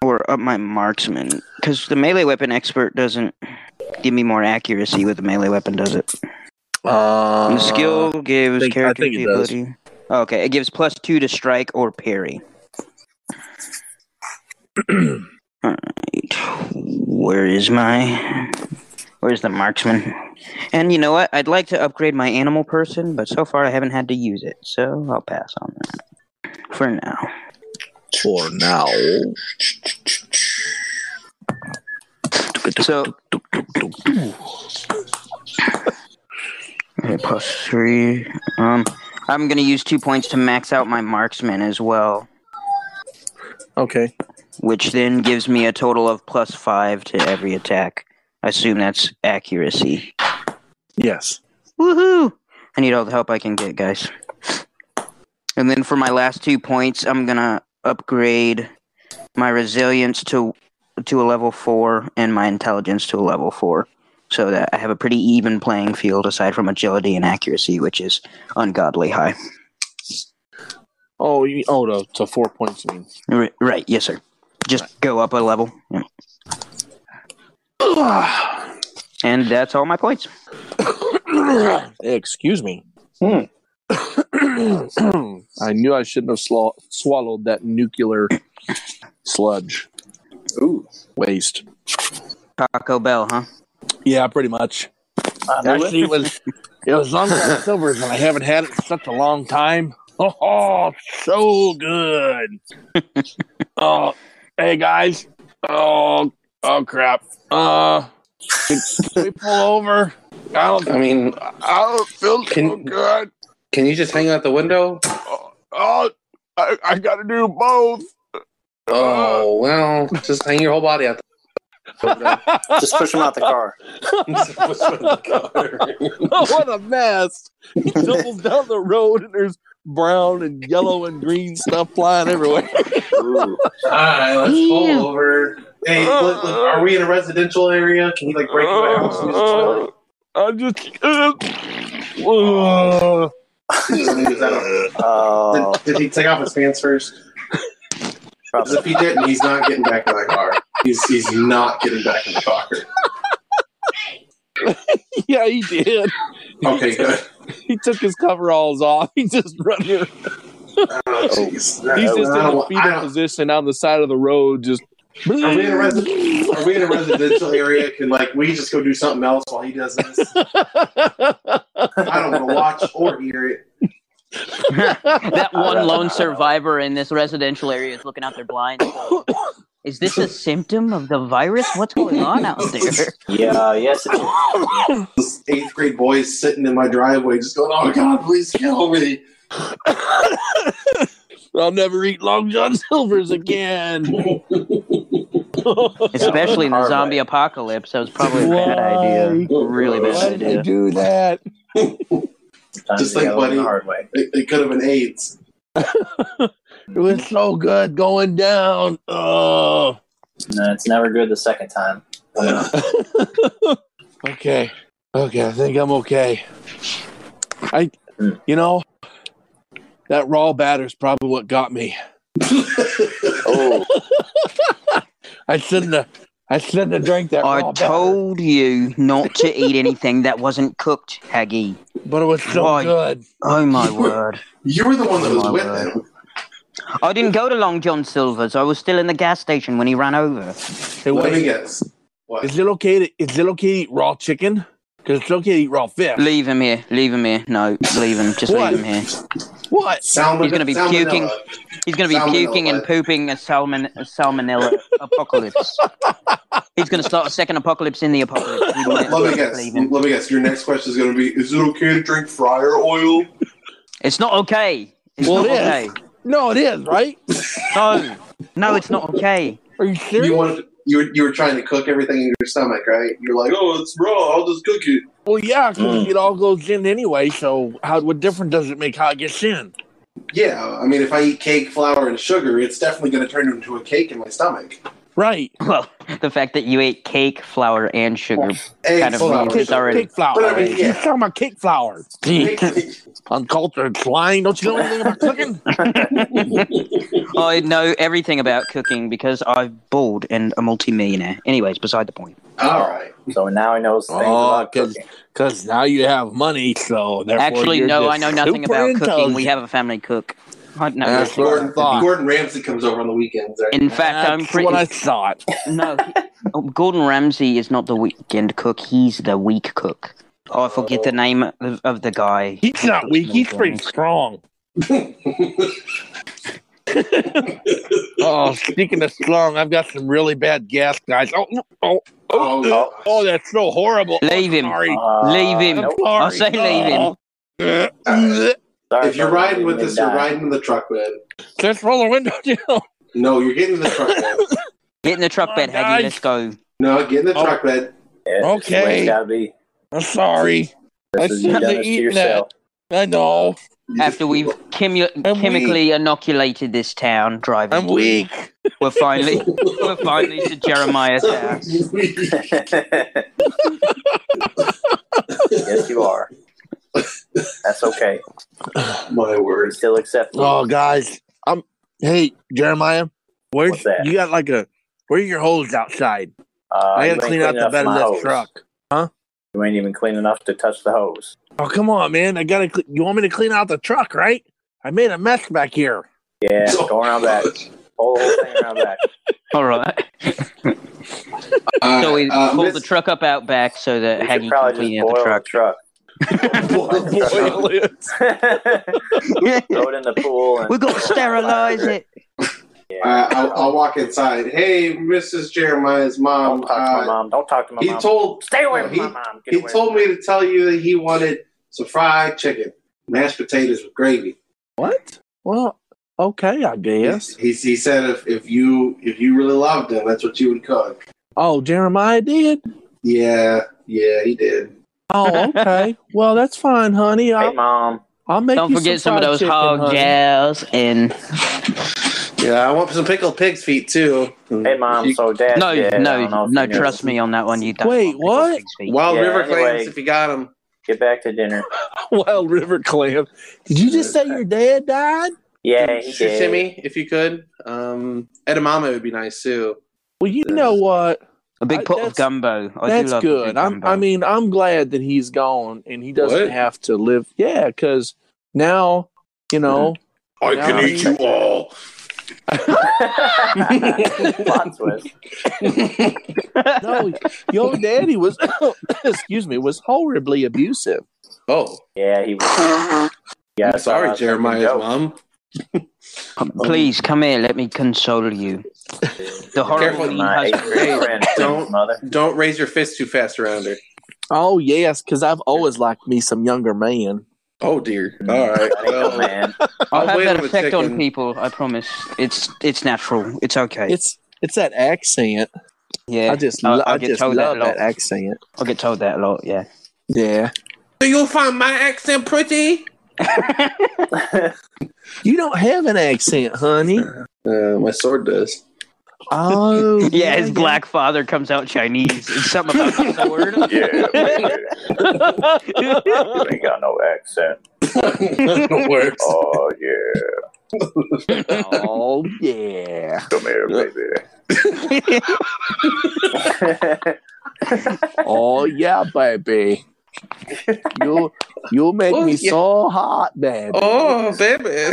or up my marksman because the melee weapon expert doesn't give me more accuracy with the melee weapon, does it? Uh, The skill gives think- I character think the it does. ability. Okay, it gives plus two to strike or parry. (clears throat) Alright. Where is my where's the marksman? And you know what? I'd like to upgrade my animal person, but so far I haven't had to use it, so I'll pass on that. For now. For now. So Okay, plus three. Um I'm gonna use two points to max out my marksman as well. Okay. which then gives me a total of plus five to every attack. I assume that's accuracy. Yes. Woohoo! I need all the help I can get, guys. And then for my last two points, I'm gonna upgrade my resilience to to a level four and my intelligence to a level four, so that I have a pretty even playing field aside from agility and accuracy, which is ungodly high. Oh, you, oh, to, to four points. I mean. R- right? Yes, sir. Just go up a level, Yeah. and that's all my points. (coughs) Excuse me. (coughs) I knew I shouldn't have slo- swallowed that nuclear sludge Ooh, waste. Taco Bell, huh? Yeah, pretty much. Actually, it was it was long time silvers, and I haven't had it in such a long time. (laughs) Oh, so good. Oh, hey guys. Oh, oh crap. Uh, can we pull over? I don't. I mean, I don't feel so Can- good. can you just hang out the window? Oh, I, I got to do both. Uh-huh. Oh well, just hang your whole body out. The- just push them out the car. (laughs) what a mess! (laughs) He doubles down the road, and there's brown and yellow and green stuff flying everywhere. (laughs) Ooh, All right, let's pull over. Hey, look, look, are we in a residential area? Can you like break into a house and use a toilet? Uh, I just. Ugh. Is that a- oh, Did, did he take off his pants first? Because if he didn't, he's not getting back in that car. He's he's not getting back in the car. yeah, he did. Okay, good. He took his coveralls off. (laughs) He just running. around. Oh, jeez. He's I just in don't a want- I fetal don't- position on the side of the road, just. Are we, in a resi- are we in a residential area? Can like we just go do something else while he does this? I don't want to watch or hear it. that one lone survivor in this residential area is looking out their blinds. Is this a symptom of the virus? What's going on out there? (laughs) Yeah, yes. It is. This (laughs) eighth grade boy is sitting in my driveway, just going, "Oh God, please kill me!" (laughs) I'll never eat Long John Silver's again. Especially in the Hard zombie way. apocalypse. That was probably a bad idea. Really Why bad did I idea. do that? Time Just to like go Buddy. the hard way. It, it could have been AIDS. It was so good going down. Oh. No, it's never good the second time. Okay. Okay, I think I'm okay. I, you know, that raw batter's probably what got me. Oh, (laughs) I shouldn't have. I shouldn't have drank that raw I batter, told you not to eat anything that wasn't cooked, Haggy. but it was so Why? good. Oh my word. You were the one that was Oh, with my him. I didn't go to Long John Silver's. I was still in the gas station when he ran over. Hey, Let me wait, guess. What? is it okay to? Is it okay to eat raw chicken? Because it's okay to eat raw fish. Leave him here. Leave him here. No, leave him. Just What? leave him here. What? Salmon- He's gonna be salmonella. puking. He's going to be Salmonella. puking and pooping a, salmon, a salmonella (laughs) apocalypse. He's going to start a second apocalypse in the apocalypse. We might- Let me just guess. leave him. Let me guess. Your next question is going to be: Is it okay to drink fryer oil? It's not okay. It's Well, not it is. okay. No, it is right. No, no, it's not okay. (laughs) Are you serious? You wanted. You were, you were trying to cook everything in your stomach, right? You're like, oh, it's raw. I'll just cook it. well, yeah, 'cause Mm. it all goes in anyway. So, how? What difference does it make how it gets in? Yeah, I mean, if I eat cake, flour, and sugar, it's definitely going to turn into a cake in my stomach. Right. Well, the fact that you ate cake, flour, and (laughs) sugar. Eggs, Kind of flour, means Cake, it's already- cake flour. But I mean, You're yeah. talking about cake flour. sugar. (laughs) Uncultured swine. Don't you know anything about (laughs) cooking? I know everything about cooking because I'm bald and a multi-millionaire. Anyways, beside the point. All right. So now he knows things Oh, about good. cooking. Because now you have money, so therefore Actually, you're no, just I know super nothing about cooking. We intelligent. have a family cook. I know That's nothing what I about Gordon, cooking. thought. Gordon Ramsay comes over on the weekends, right? In fact, That's I'm pretty what I thought. No, he- oh, Gordon Ramsay is not the weekend cook. He's the weak cook. Oh, I forget the name of, of the guy. He's not weak. He's pretty strong. (laughs) oh, speaking of strong, I've got some really bad gas, guys. Oh, no, oh, oh, Oh, oh, oh, that's so horrible. Oh, Leave him. Sorry. Uh, Leave him. I'm nope. sorry. Oh. I'll say leave (laughs) him. him. Sorry, If buddy, you're riding with you us, you're die. riding in the truck bed. Just roll the window (laughs) down. No, you're getting in the truck bed. Get in the truck Come bed, on, Haggy. guys. Let's go. No, get in the Oh. truck bed. Yeah, this is the way Okay. it's gotta be. I'm sorry. I This is you shouldn't done have this to eaten yourself. that. (laughs) I know. After we've chemu- I'm chemically inoculated this town, driving. I'm weak. We're finally, we're finally to Jeremiah's house. yes, you are. That's okay. (laughs) My We word. still accept Uh, you. Oh, guys, I'm. Hey, Jeremiah, where's What's that? you got like a? Where are your holes outside? Uh, I you gotta ain't clean clean out the enough bed of my this hose. truck. You ain't even clean enough to touch the hose. Oh, come on, man! I gotta. Cle- you want me to clean out the truck, right? I made a mess back (laughs) here. Yeah, go around (laughs) back. Whole, whole thing around back. All right. So we uh, pull Miss- the truck up out back so that You Haggy should can probably clean just out the boil truck. the truck. Boil (laughs) Throw it in the pool. And We've got to sterilize it. Yeah. Uh, I'll, I'll walk inside. Hey, Mrs. Jeremiah's Don't mom. talk to my Uh, mom. Don't talk to my he mom. told Stay away from he- my mom. Get he away told from me to tell you that he wanted some fried chicken, mashed potatoes with gravy. What? Well, okay, I guess. He, he, he said if, if you if you really loved him, that's what you would cook. Oh, Jeremiah did. Yeah, yeah, he did. (laughs) Oh, okay. well, that's fine, honey. Hey, I'll, mom. I'll make Don't you forget some, some, of fried those chicken, hog honey. jazz and Yeah, I want some pickled pig's feet too. Hey, mom. You- So, dad. no, yeah, I don't know no, if no. you knew. Trust me on that one. You don't. Wait, want to go Wild Yeah, river anyway. clams if you got them. (laughs) Get back to dinner. Wild River Clan. Did you just say your dad died? Yeah, he Shoot did. Timmy if you could. Um, edamame would be nice too. Well, you know what? A big I- pot of that's- gumbo. I do That's love a good. big I'm, gumbo. I mean, I'm glad that he's gone and he doesn't What? have to live. Yeah, because now, you know, I Mm-hmm. can Yeah. eat you all. (laughs) Plot twist. (laughs) no, your daddy was, (coughs) excuse me, was horribly abusive. Oh, Yeah, he was. uh, Yeah, I I'm saw how sorry, something Jeremiah's goes. mom. (laughs) Please come here. Let me console you. The horrible Careful, mean My eighth husband. grade friend, Don't- mother. Don't raise your fist too fast around her. Oh, yes, because I've always liked me some younger man. Oh dear. All right. I know, Well, Mm-hmm. Oh, man. I'll I'll have wait that on the effect on chicken. people. I promise. It's it's natural. It's okay. It's it's that accent. yeah. I just I'll- lo- I'll I get just told that love a lot. that accent. I get told that a (laughs) lot. Yeah. Yeah, do you find my accent pretty? you don't have an accent, (laughs) honey. Uh, my sword does. Oh, Yeah, his black father comes out Chinese. It's something about the sword. (laughs) Yeah, yeah. you ain't got no accent. (laughs) That's what (laughs) works. Oh yeah, Oh yeah. come here, baby. (laughs) Oh yeah, baby. You you make Oh, me yeah. so hot, baby. Oh, baby.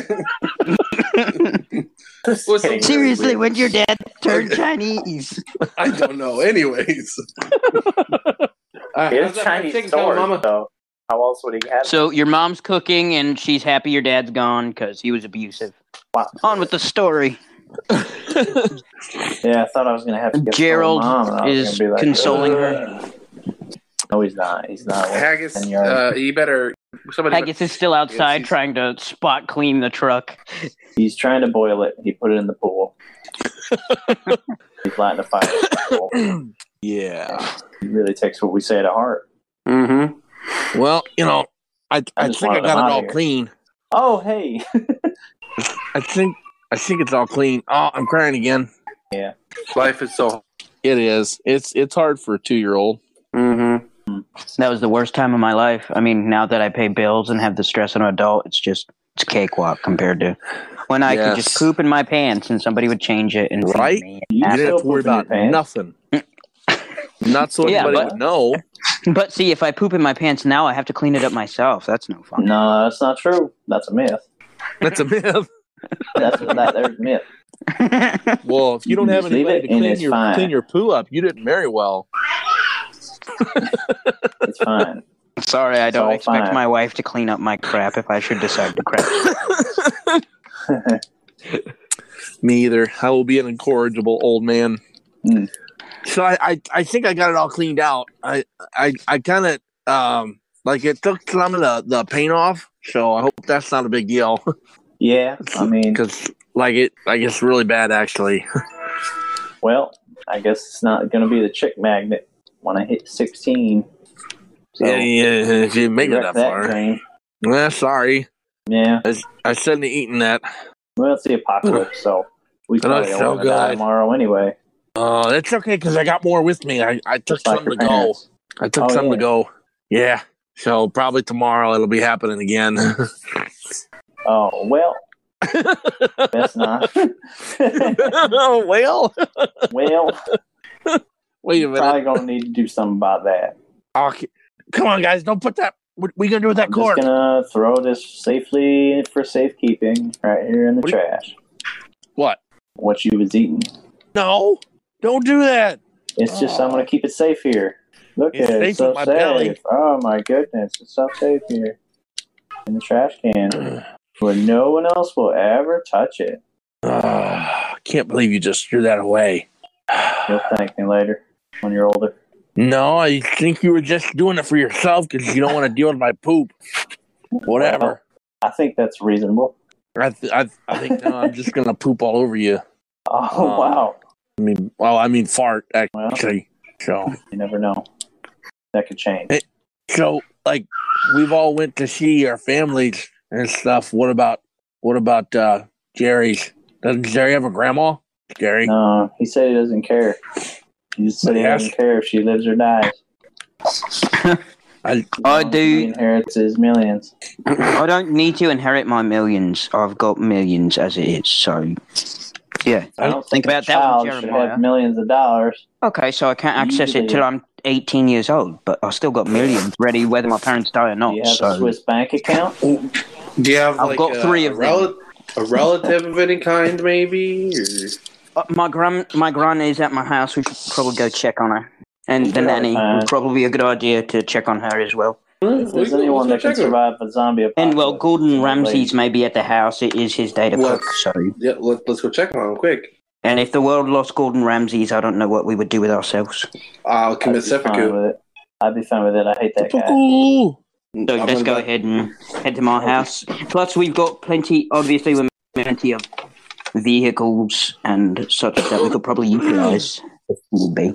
(laughs) What's the- Seriously, when your dad turned Chinese, I don't (laughs) know. (laughs) Anyways. All right, He how's has that Chinese chicken going, sword, Mama? so how else would he have? it? so your mom's cooking, and she's happy your dad's gone because he was abusive. Wow. On with the story. yeah, I thought I was gonna have to get Gerald mom, and I was gonna is be like, consoling her. "Ugh." No, he's not. He's not. Haggis, And you're- uh, you better. Somebody Haggis is still outside Yes, he's- trying to spot clean the truck. He's trying to boil it. He put it in the pool. he's lighting a fire. in the pool. Yeah. He really takes what we say to heart. Mm-hmm. Well, you know, I I I just think I wanted got them it out all of here. clean. Oh hey, I think I think it's all clean. Oh, I'm crying again. Life is so. It is. It's it's hard for a two year old. Mm-hmm. That was the worst time of my life. I mean, now that I pay bills and have the stress of an adult, it's just it's cakewalk compared to when I could just Yes. poop in my pants and somebody would change it and feed Right? me. you You didn't still have to worry poop in your about pants? (laughs) nothing. Not so Yeah, anybody but- would know. But see, if I poop in my pants now, I have to clean it up myself. That's no fun. No, that's not true. That's a myth. That's a myth. That's that. There's a myth. Well, if you don't You have just leave anybody it to and clean it's your fine. clean your poo up, you didn't marry well. It's fine. (laughs) Sorry, I don't all expect fine. my wife to clean up my crap if I should decide to crap. Me either. I will be an incorrigible old man. Hmm. So I, I, I think I got it all cleaned out. I I, I kind of um like it took some of the, the paint off. So I hope that's not a big deal (laughs) yeah, I mean, because like it like it's really bad actually. well, I guess it's not going to be the chick magnet when I hit 16. So yeah, yeah, if you make it wreck that, that far. dream. Well, sorry, Yeah, I shouldn't have eaten that. well, it's the apocalypse, so we But probably that's so all going to die good. tomorrow anyway. Oh, uh, that's okay because I got more with me. I I took Just like some your to go. parents. I took Oh, some yeah. to go. Yeah. So probably tomorrow it'll be happening (laughs) again. (laughs) Oh well, that's (laughs) not. well, well, wait a minute. probably going to need to do something about that. Okay. Come on, guys. Don't put that. What we gonna do with that I'm cork? just going to throw this safely for safekeeping right here in the What do you- trash. What? What you was eating. No, don't do that. (clears throat) It's just I'm gonna keep it safe here. Look Oh. It's at it, safe it's so in my safe. belly. Oh my goodness, it's so safe here in the trash can, where no one else will ever touch it. Ah, can't believe you just threw that away. You'll thank me later when you're older. No, I think you were just doing it for yourself because you don't want to deal with my poop. Whatever. I think that's reasonable. (laughs) I, th- I, I think no, I'm just gonna poop all over you. Oh Um, wow, I mean, well, I mean fart Well. actually. So, you never know. That could change. so like we've all went to see our families and stuff. What about what about uh Jerry's? Doesn't Jerry have a grandma? Jerry. No, he said he doesn't care. He just said he Yes. doesn't care if she lives or dies. I, I He do. inherits his millions. I don't need to inherit my millions. I've got millions as it is. So, yeah. I don't think think about a that one, child should Jeremiah. have millions of dollars. Okay, so I can't access it Usually- till I'm 18 years old, but I've still got millions ready, whether my parents die or not. Do you have so. a Swiss bank account? Do you have I've like got a, three of them. rel- a relative of any kind, maybe? Or- Uh, my gran, my gran is at my house. We should probably go check on her. And the nanny Uh, would probably be a good idea to check on her as well. If there's we- anyone we that can check it. survive a zombie apocalypse, And well, Gordon it's my lady. Ramsay's may be at the house. It is his day to Well- cook. So, Yeah, let, let's go check on him quick. and if the world lost Gordon Ramsay's, I don't know what we would do with ourselves. I'll I'd be commit fine seppuku. with it. I'd be fine with it. I hate that guy. Ooh. So I'm let's gonna go buy- ahead and head to my house. Plus, we've got plenty. Obviously, we're plenty of vehicles and such that we could probably utilize. if need be.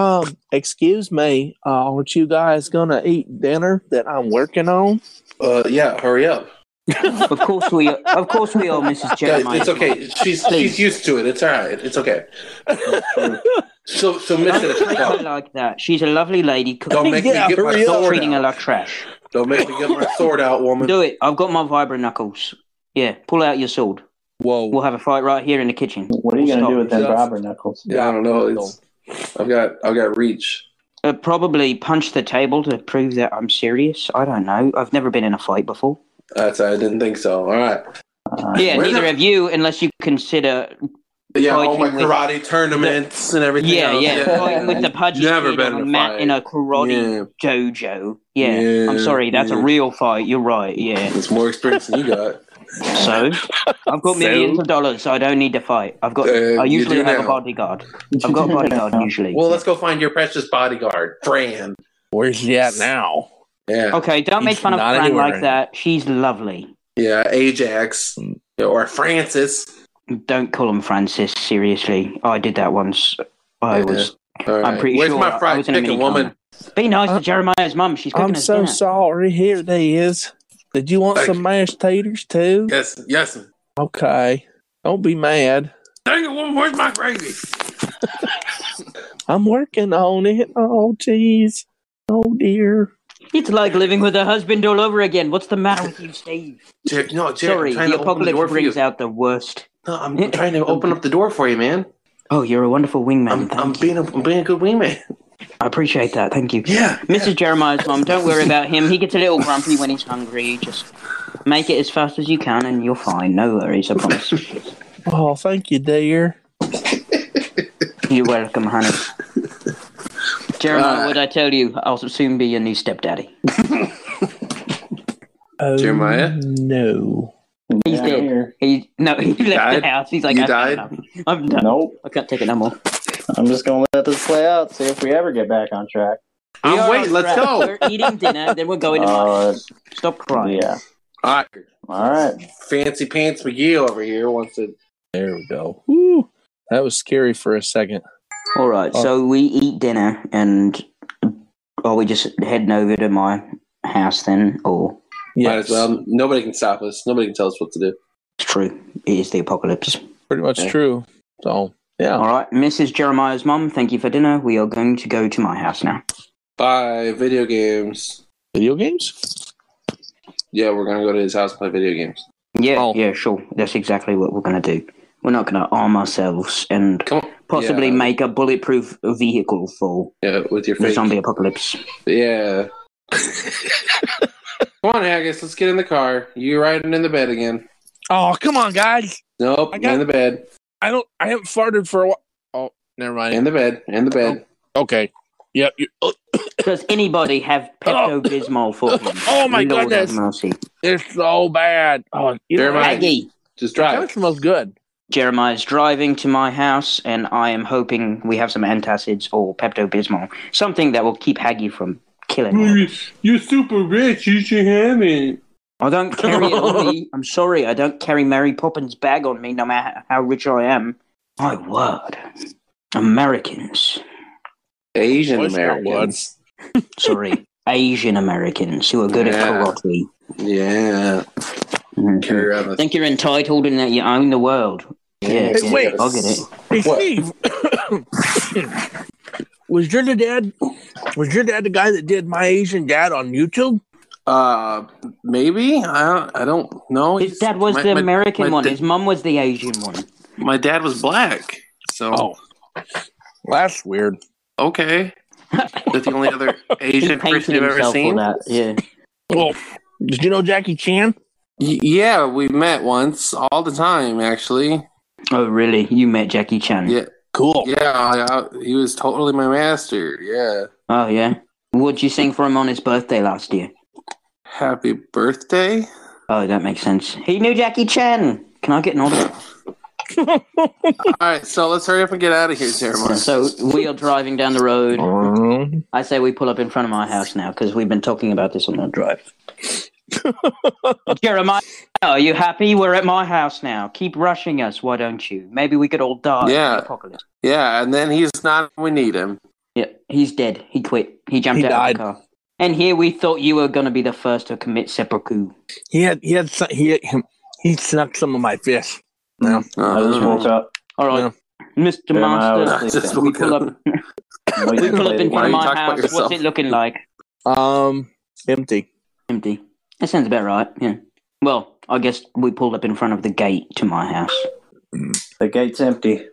Um, excuse me, uh, aren't you guys gonna eat dinner that I'm working on? Uh, yeah, hurry up. Of course we, of course we are, (laughs) Mrs. Guys, Jeremiah. it's okay. She's she's used to it. It's all right. It's (laughs) okay. she'll she'll miss it. If Treat you her don't. like that. She's a lovely lady. Don't make me get my Stop sword treating her out. like trash. Don't make me get my sword out, woman. Do it. I've got my vibra knuckles. Yeah, pull out your sword. Whoa. We'll have a fight right here in the kitchen. What are you going to Stop. do with them Just- robber knuckles? Yeah, I don't know. It's, I've got I've got reach. Uh, probably punch the table to prove that I'm serious. I don't know. I've never been in a fight before. That's I didn't think so. All right. Uh, Yeah, Where neither the- have you, unless you consider. Yeah, all my Fighting with- karate tournaments and everything. Yeah, else. yeah, Oh, (laughs) fighting with the pudgy Never kid been on in a mat fight. in a karate Yeah, dojo. Yeah. Yeah, I'm sorry, that's a yeah. real fight. You're right. Yeah. it's more experience than you (laughs) got. (laughs) So I've got millions of dollars. So I don't need to fight. I've got. Uh, I you usually do have a now. bodyguard. I've got (laughs) (laughs) a bodyguard usually. Well, let's go find your precious bodyguard, Fran. Where's he at now? Yeah, okay, don't make He's fun of not Fran anywhere like in- that. She's lovely. yeah, Ajax or Francis. Don't call him Francis. Seriously, I did that once. I Yeah. was. All right. I'm pretty Where's sure. my I fried was in a chicken, mini woman? coma. Be nice Uh, to Jeremiah's mum. She's cooking I'm us so dinner. sorry. Here they is. Did you want Thank some you. mashed taters too? Yes, yes. Okay. Don't be mad. Dang it, woman, where's my gravy? I'm working on it. Oh, jeez. Oh, dear. It's like living with a husband all over again. What's the matter with you, Steve? (laughs) Jack, no, Jack, Sorry, I'm trying the to open the door apocalypse for you. brings out the worst. No, I'm trying (laughs) to open up the door for you, man. Oh, you're a wonderful wingman. I'm, Thank I'm you. being a, I'm being a good wingman. I appreciate that. Thank you. Yeah. Mrs. Jeremiah's mom, don't worry about him. He gets a little grumpy when he's hungry. Just make it as fast as you can and you're fine. No worries, I promise. Oh, thank you, dear. You're welcome, honey. Jeremiah, Uh, what I tell you, I'll soon be your new stepdaddy. Oh, Jeremiah? No. He's Down dead. here. He no, (laughs) he left died? the house. He's like, You I've had died? enough. I'm done. Nope. I can't take it no more. I'm just going to let this play out, see if we ever get back on track. I'm We are waiting, Oh, on let's track. go. We're eating dinner, then we're going to Uh, stop crying. yeah. All right. All right. Fancy Pants McGee over here wants to. There we go. Woo. That was scary for a second. All right, Oh. so we eat dinner and are we just heading over to my house then? Or Might as well. Nobody can stop us. Nobody can tell us what to do. it's true, it is the apocalypse. Pretty much Yeah. true. So, yeah. Oh. All right, Mrs. Jeremiah's mum, thank you for dinner. We are going to go to my house now. Bye, video games. Video games? Yeah, we're gonna go to his house and play video games. Yeah, Oh. yeah, sure. That's exactly what we're going to do. We're not going to arm ourselves and Come on. possibly Yeah. make a bulletproof vehicle for Yeah, with your the face. zombie apocalypse. (laughs) Yeah. Come on, Haggis. Let's get in the car. You riding in the bed again? Oh, come on, guys. Nope. I got- in the bed. I don't. I haven't farted for a while. Oh, never In mind. the bed. In the bed. Okay. Yep. You, oh, Does anybody have Pepto (laughs) Bismol for him? Oh, my Lord have goodness. mercy. it's so bad. Oh, you know, Jeremiah, Aggie. just it kind drive. of smells good. Jeremiah's driving to my house, and I am hoping we have some antacids or Pepto Bismol, something that will keep Haggy from killing me. You're super rich. You should have it. I don't carry it (laughs) on me. I'm sorry, I don't carry Mary Poppins' bag on me, no matter how rich I am. My word, Americans. Asian Voice not Americans. (laughs) Sorry, Asian Americans who are good Yeah. at karate. Yeah. Mhm. Carry around the Think you're entitled and that you own the world. Yeah, Hey, yeah, wait. I'll get it. Hey, What? (coughs) Steve. was your dad? Was your dad the guy that did my Asian dad on YouTube? Uh, maybe I don't, I don't know. His dad was my- the my- American my one. da- His mum was the Asian (laughs) one. My dad was black, so that's weird. Oh. Okay, that's the only (laughs) other Asian He person painted I've ever himself seen. for that. Yeah. Well, did you know Jackie Chan? Y- yeah, we met once, all the time, actually. Oh, really? You met Jackie Chan? Yeah. Cool. Yeah, I, I, he was totally my master. Yeah. Oh, yeah. What'd you sing for him on his birthday last year? Happy birthday. Oh, that makes sense. He knew Jackie Chan. Can I get an order? all right, so let's hurry up and get out of here, Jeremiah. So we are driving down the road. I say we pull up in front of my house now because we've been talking about this on the drive. (laughs) Jeremiah, are you happy? We're at my house now. Keep rushing us, why don't you? Maybe we could all die. in the Yeah. apocalypse. Yeah, and then he's not. We need him. Yeah, he's dead. He quit. He jumped He out died. of the car. And here we thought you were going to be the first to commit seppuku. He had he had some, he had him he snuck some of my fish. No, I just woke up. All right, Mr. Jeremiah Master. was sleeping. we pull up. we pull up in front of my house. What's yourself? it looking like? Um, empty. Empty. That sounds about right. Yeah. Well, I guess we pulled up in front of the gate to my house. The gate's empty.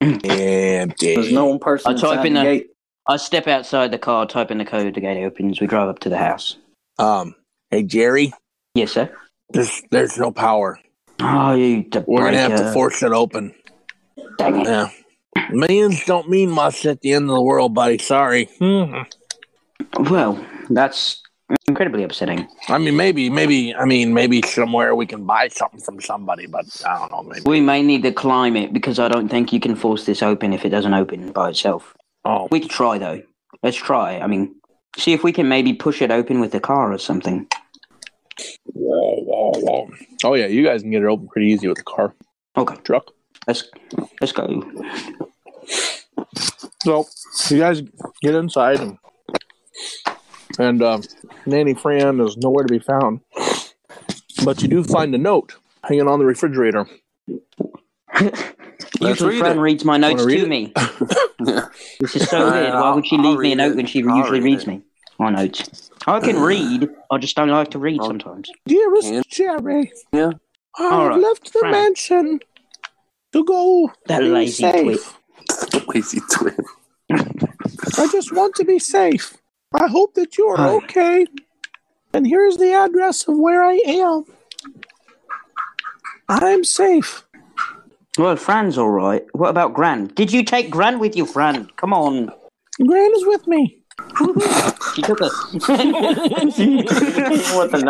Empty. There's no one person I type inside in the the. (laughs) gate. (laughs) I step outside the car, type in the code, the gate opens. We drive up to the house. Um, hey Jerry, Yes, sir. there's there's no power. Oh, you the We're gonna have to breaker. force it open. Dang it. Yeah, millions don't mean much at the end of the world, buddy. Sorry. Hmm. Well, that's incredibly upsetting. I mean, maybe, maybe. I mean, maybe somewhere we can buy something from somebody, but I don't know. Maybe. We may need to climb it because I don't think you can force this open if it doesn't open by itself. Oh, We could try though. Let's try. I mean, see if we can maybe push it open with the car or something. whoa, whoa, whoa. Oh yeah, you guys can get it open pretty easy with the car Okay, truck. let's let's go. So you guys get inside, and, and uh, Nanny Fran is nowhere to be found. But you do find a note hanging on the refrigerator. Let's usually read Fran it. reads my notes read to it? (laughs) me, Yeah. which is so weird. Why I'll- would she I'll leave me a read note it. when she I'll usually read reads it. Hmm. me my notes? I can read. I just don't like to read Oh. sometimes. Dearest Can- Jerry, Yeah. I All have right, left the Fran. mansion to go That be lazy safe. twit. Lazy twin. I just want to be safe. I hope that you are Hi. okay. And here's the address of where I am. I'm safe. Well, Fran's all right. What about Gran? Did you take Gran with you, Fran? Come on. Gran is with me. She took us. (laughs) what the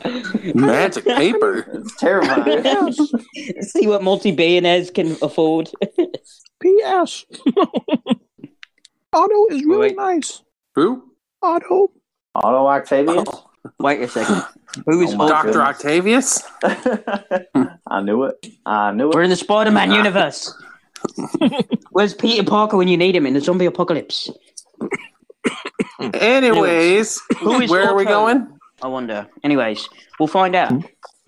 (laughs) no? (laughs) Magic paper. It's terrifying. P.S. See what multi-billionaires can afford. (laughs) P.S. Otto is really Wait. nice. Who? Otto. Otto Octavius. Wait a second. Who is Olga? Doctor Octavius. (laughs) I knew it. I knew We're it. in the Spider-Man (laughs) universe. Where's Peter Parker when you need him in the zombie apocalypse? Anyways, Who is where are we Otto? going? I wonder. Anyways, we'll find out. I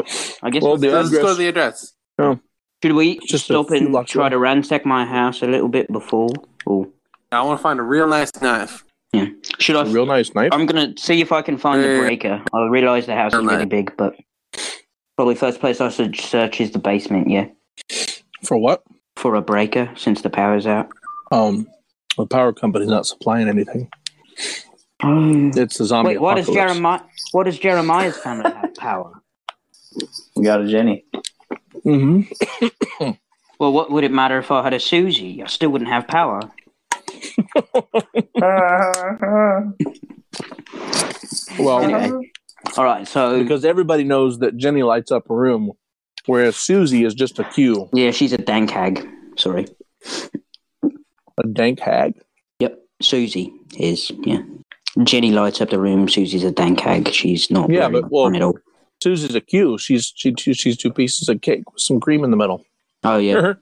guess. Hmm. Well, the Let's go to address. the address. should we just a stop few and blocks try away. to ransack my house a little bit before? Or I want to find a real nice knife. yeah, should A I? real nice knife. I'm gonna see if I can find the Yeah. breaker. I realise the house is Don't really know. big, but probably first place I should search is the basement. Yeah, For what? for a breaker since the power's out. Um, the power company's not supplying anything. It's the Oh, zombie Wait, why does apocalypse. Jeremiah? Why does Jeremiah's family (laughs) have power? We got a (clears throat) Jenny. hmm Well, what would it matter if I had a Susie? I still wouldn't have power. Well, Anyway, all right. So Uh-huh. because everybody knows that Jenny lights up a room, whereas Susie is just a cue, yeah, she's a dank hag. Sorry. a dank hag. Yep, Susie is. Yeah, Jenny lights up the room. Susie's a dank hag. She's not Yeah, yeah, very but, well- fun at all. Susie's a cue. She's she, she she's two pieces of cake with some cream in the (laughs) middle. (laughs) Oh yeah.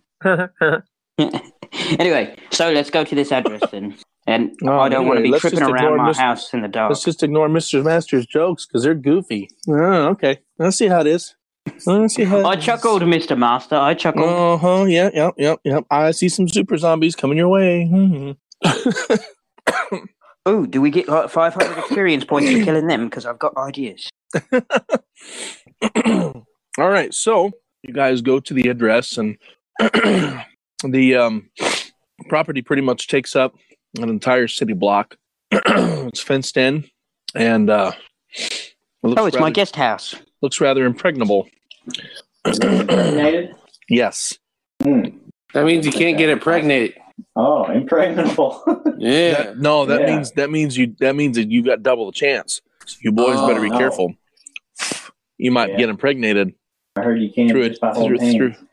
anyway, so let's go to this address then. And Oh, I don't want anyway, to be let's tripping just ignore around my Mr. house in the dark. Let's just ignore Mr. Masters' jokes because they're goofy. Oh, okay, I see how it is. I chuckled, Mr. Master. I chuckled. Uh huh. Yeah. Yep. Yep. Yep. I see some super zombies coming your way. Mhm. (clears throat) Oh, do we get like 500 experience points for killing them? Because I've got ideas. All right. So you guys go to the address, and (clears throat) the um, property pretty much takes up an entire city block. (clears throat) it's fenced in, and uh, it looks Oh, it's my rather- guest house. Looks rather impregnable. Impregnated? yes. That means you can't get impregnate. Oh, (laughs) impregnable. Yeah. That- no, that Yeah. means that means you that means that you got double the chance. So you boys Oh, better be no. careful. You might Yeah. get impregnated I heard you can't through just by a, holding through, hands. through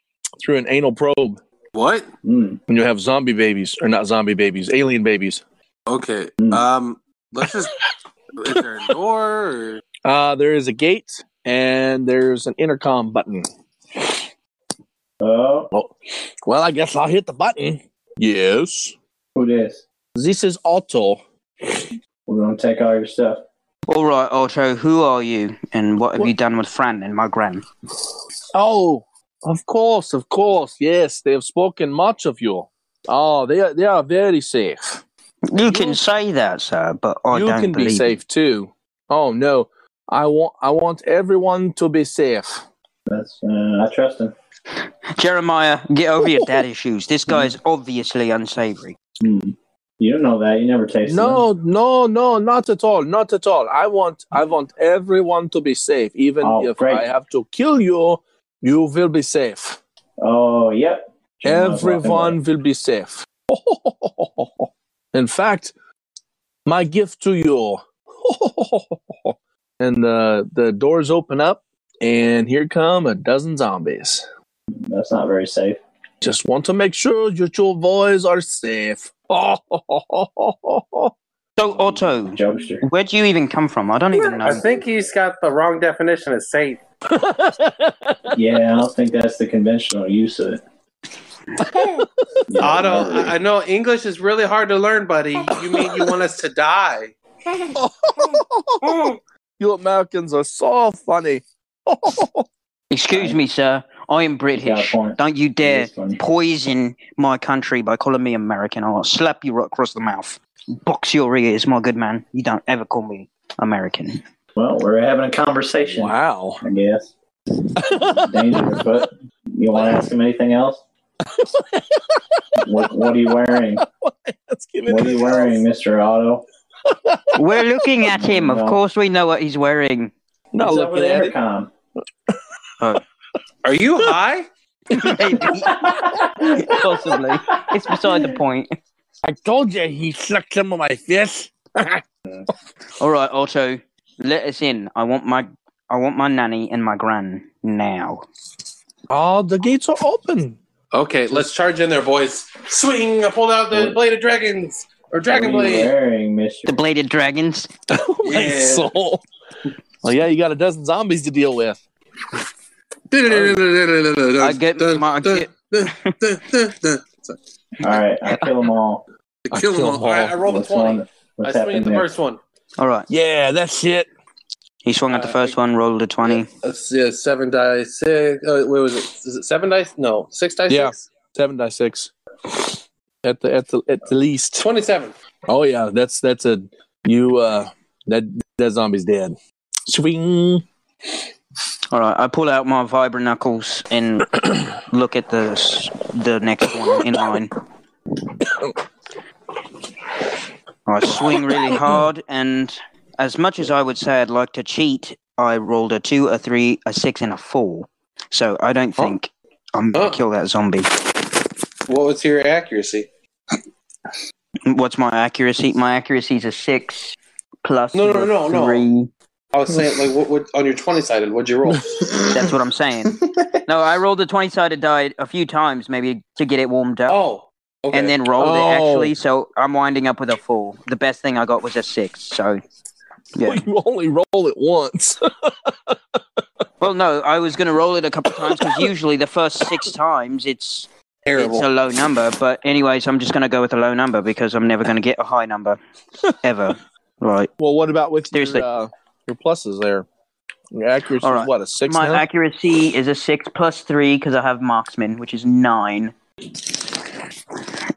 through an anal probe. What? Mm. And you'll have zombie babies, or not zombie babies, alien babies. Okay. Um. Let's just. is there a door? Or... Uh, there is a gate and there's an intercom button. Oh, Oh, well, I guess I'll hit the button. Yes. who this? This is Otto. We're gonna take all your stuff. All right, Otto, who are you? And what have you done with Fran and my gran? Oh, of course, of course. Yes, they have spoken much of you. Oh, they are, they are very safe. You can say that, sir, but Oh, I you don't can believe be safe too. Oh no, I want I want everyone to be safe. That's uh, I trust him. it. Jeremiah, get over your dad issues. This guy is obviously unsavory. Mm. You don't know that. You never tasted No, no, no, not at all, not at all. I want I want everyone to be safe. Even Oh, if great. I have to kill you, you will be safe. them. Oh, yep. Jeremiah's walking Everyone will be safe. In fact, my gift to you. (laughs) and the the doors open up, and here come a dozen zombies. away. That's not very safe. Just want to make sure your two boys are safe. (laughs) So, Otto, Jokester. where do you even come from? I don't even I know. think he's got the wrong definition of safe. Yeah, I don't think that's the conventional use of it. Yeah, Otto, whatever it I, I know English is really hard to learn, buddy. You mean you want us to die? you Americans are so funny. Excuse me, sir. I got am a British. point. Don't you It dare is funny. poison my country by calling me American. I'll slap you right across the mouth. Box your ears, my good man. You don't ever call me American. Well, we're having a conversation. Wow. I guess. Dangerous, but you want to ask him anything else? what, what are you wearing? That's giving What are you wearing, Mr. Otto? We're looking at him. Of No. course, we know what he's wearing. Not What's up with looking the at it. intercom? Are (laughs) you high? Maybe. (laughs) Possibly. It's beside the point. I told you he sucked some of my fish. All right, Otto, let us in. I want my I want my nanny and my gran now. Oh, the gates are open. Okay, let's charge in there, boys. Swing! I pulled out the blade of dragons or dragon what are you blade. wearing, Mister? The bladed dragons. My soul. (laughs) Well, yeah, you got a dozen zombies to deal with. I I get my- I get- All right, I kill (laughs) them all. Kill them all. All right, I rolled a What's twenty. one? What's I swing happening at the next? first one. All right. Yeah, that's it. He swung at the Uh, first one, rolled a twenty. Let's see, uh, seven dice. Six. Oh, wait, was it? Is it seven dice? No, six dice. Yeah. six? Seven die six. At the at the at the least. twenty-seven. Oh yeah, that's that's a you uh that that zombie's dead. Swing. All right, I pull out my vibra knuckles and (coughs) look at the s- the next one in line. (coughs) I swing really hard, and as much as I would say I'd like to cheat, I rolled a two, a three, a six, and a four. So I don't think I'm gonna Oh. kill that zombie. What was your accuracy? What's my accuracy? My accuracy is a six plus No, no, the no, no. three. I was saying, like, what, what on your twenty-sided? What'd you roll? That's what (laughs) I'm saying. no, I rolled the twenty sided die a few times, maybe to get it warmed up. oh, (laughs) okay. and then rolled Oh. it actually. So I'm winding up with a four. The best thing I got was a six. So yeah. (laughs) You only roll it once. Well, no, I was going to roll it a couple times because usually the first six times it's terrible. it's a low number. But anyways, I'm just going to go with a low number because I'm never going to get a (laughs) high number ever. Right. well, what about with Seriously. your uh, your pluses there? Your accuracy All is right. what a six. My now? accuracy is a six plus three because I have marksman, which is nine.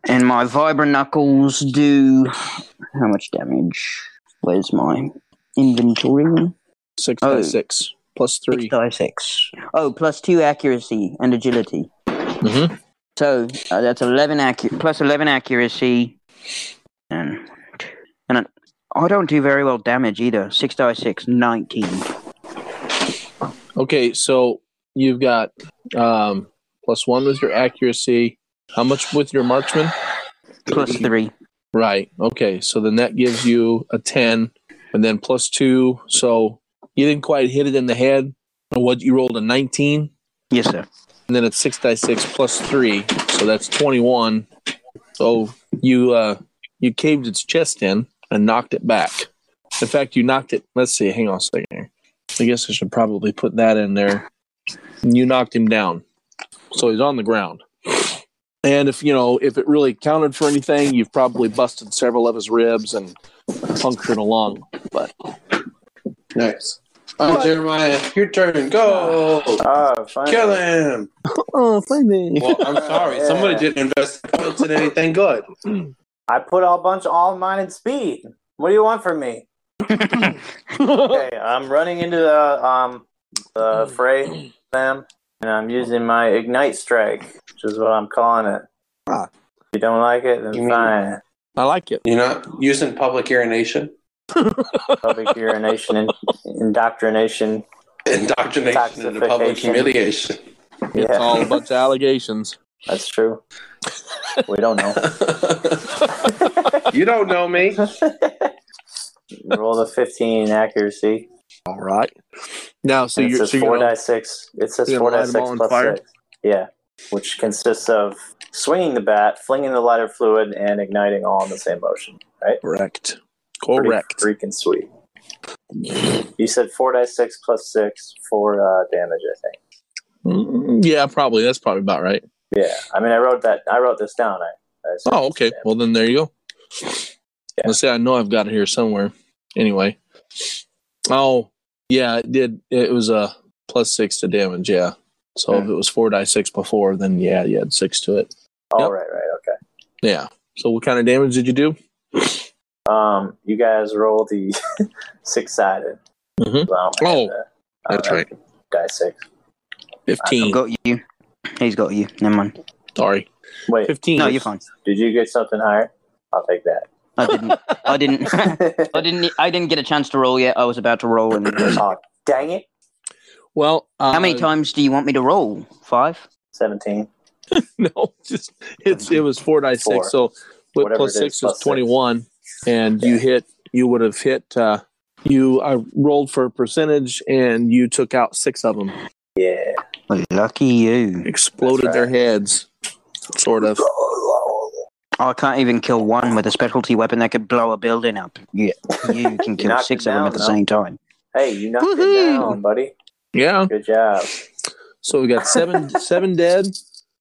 And my vibra knuckles do how much damage? Where's my inventory? Six Oh. by six plus three. Six die six. Oh, plus two accuracy and agility. Mm-hmm. So uh, that's eleven accu- plus eleven accuracy, and and I, I don't do very well damage either. Six die six, 19. Okay, so you've got um, plus one with your accuracy. How much with your marksman? Plus Mm-hmm. three. Right. Okay. So then that gives you a ten, and then plus two. So you didn't quite hit it in the head. What you rolled a nineteen. Yes, sir. And then it's six die six plus three, so that's twenty-one. So you uh, you caved its chest in and knocked it back. In fact, you knocked it. Let's see. Hang on a second here. I guess I should probably put that in there. You knocked him down, so he's on the ground. And if you know if it really counted for anything, you've probably busted several of his ribs and punctured a lung. But Nice. Uh, Jeremiah, your turn. Go. Oh, Kill (laughs) him. oh, (laughs) finally. Well, I'm sorry. Somebody Yeah. didn't invest points in anything good. I put a bunch of all mine in speed. What do you want from me? okay, I'm running into the um the fray (clears throat) them, and I'm using my ignite strike, which is what I'm calling it. Ah. If you don't like it, then You mean- fine. I like it. You're not using public urination. Public urination and indoctrination. Indoctrination into public Toxification. humiliation. It's Yeah. all a bunch of allegations. That's true. We don't know. You don't know (laughs) me. Roll the 15 accuracy. All right. Now, so and it you're says so four you're die gonna, six. It says you're four gonna light die 'em all six on plus fire? six. Yeah, which consists of swinging the bat, flinging the lighter fluid, and igniting all in the same motion. Right? correct, Pretty correct. freaking sweet. You said four die six plus six for uh, damage. I think. Mm, Yeah, probably. That's probably about right. Yeah. I mean, I wrote that. I wrote this down. I. I assume Oh, it's okay. damage. Well, then there you go. Let's see. I know I've got it here somewhere. Anyway. Oh, yeah. It did. It was a plus six to damage. Yeah. So if it was four die six before, then yeah, you had six to it. All Yep. right. Right. Okay. Yeah. So what kind of damage did you do? Um, you guys roll the (laughs) six sided. Mm-hmm. Oh, Uh, that's right. Die six. I've Fifteen. got you. He's got you. Never mind. Sorry. Wait, Fifteen. No, you're fine. did you get something higher? I'll take that. I didn't. I didn't. (laughs) I didn't. I didn't get a chance to roll yet. I was about to roll. And (laughs) oh, dang it. Well, uh, how many times do you want me to roll? Five. 17. (laughs) No, just it's it was four die Four. six. So with Whatever plus it is, six plus is six. twenty one, and you hit. You would have hit. Uh, you I rolled for a percentage, and you took out six of them. Yeah. Lucky you. Exploded their heads, sort of. I can't even kill one with a specialty weapon that could blow a building up. Yeah, you can kill knocked six it of them down, at the though. same time. Hey, you knocked Woohoo! it down, buddy. Yeah. Good job. So we got (laughs) seven seven dead,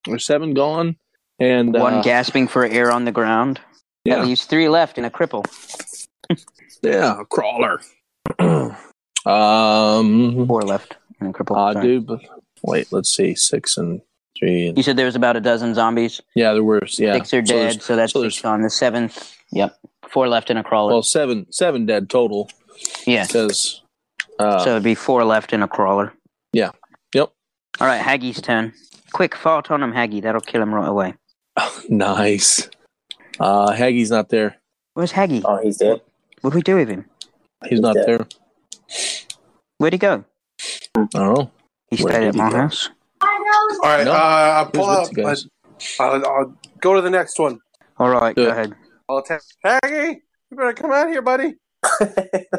or seven gone, and one uh, gasping for air on the ground. Yeah. That leaves three left and a cripple. yeah, a crawler. (clears throat) um, Four left and a cripple. I Sorry. do. But wait, let's see. Six and three. And, You said there was about a dozen zombies. yeah, there were. Yeah, Six are So there's- dead, so, that's so there's- six on the seventh. Yep. Four left and a crawler. Well, seven seven dead total yeah. because uh, So it'd be four left and a crawler. yeah, yep, All right, Haggy's turn. Quick, fart on him, Haggy. That'll kill him right away. nice. Uh, Haggy's not there. Where's Haggy? Uh, Oh, he's dead. What'd we do with him? He's not dead. there. Where'd he go? I don't know. He Where stayed did at he my go? house. All right. No. Uh, I'll Who's pull with up. you guys? I'll, I'll go to the next one. All right, Good. go ahead. I'll attack. Haggy, you better come out here, (laughs) buddy.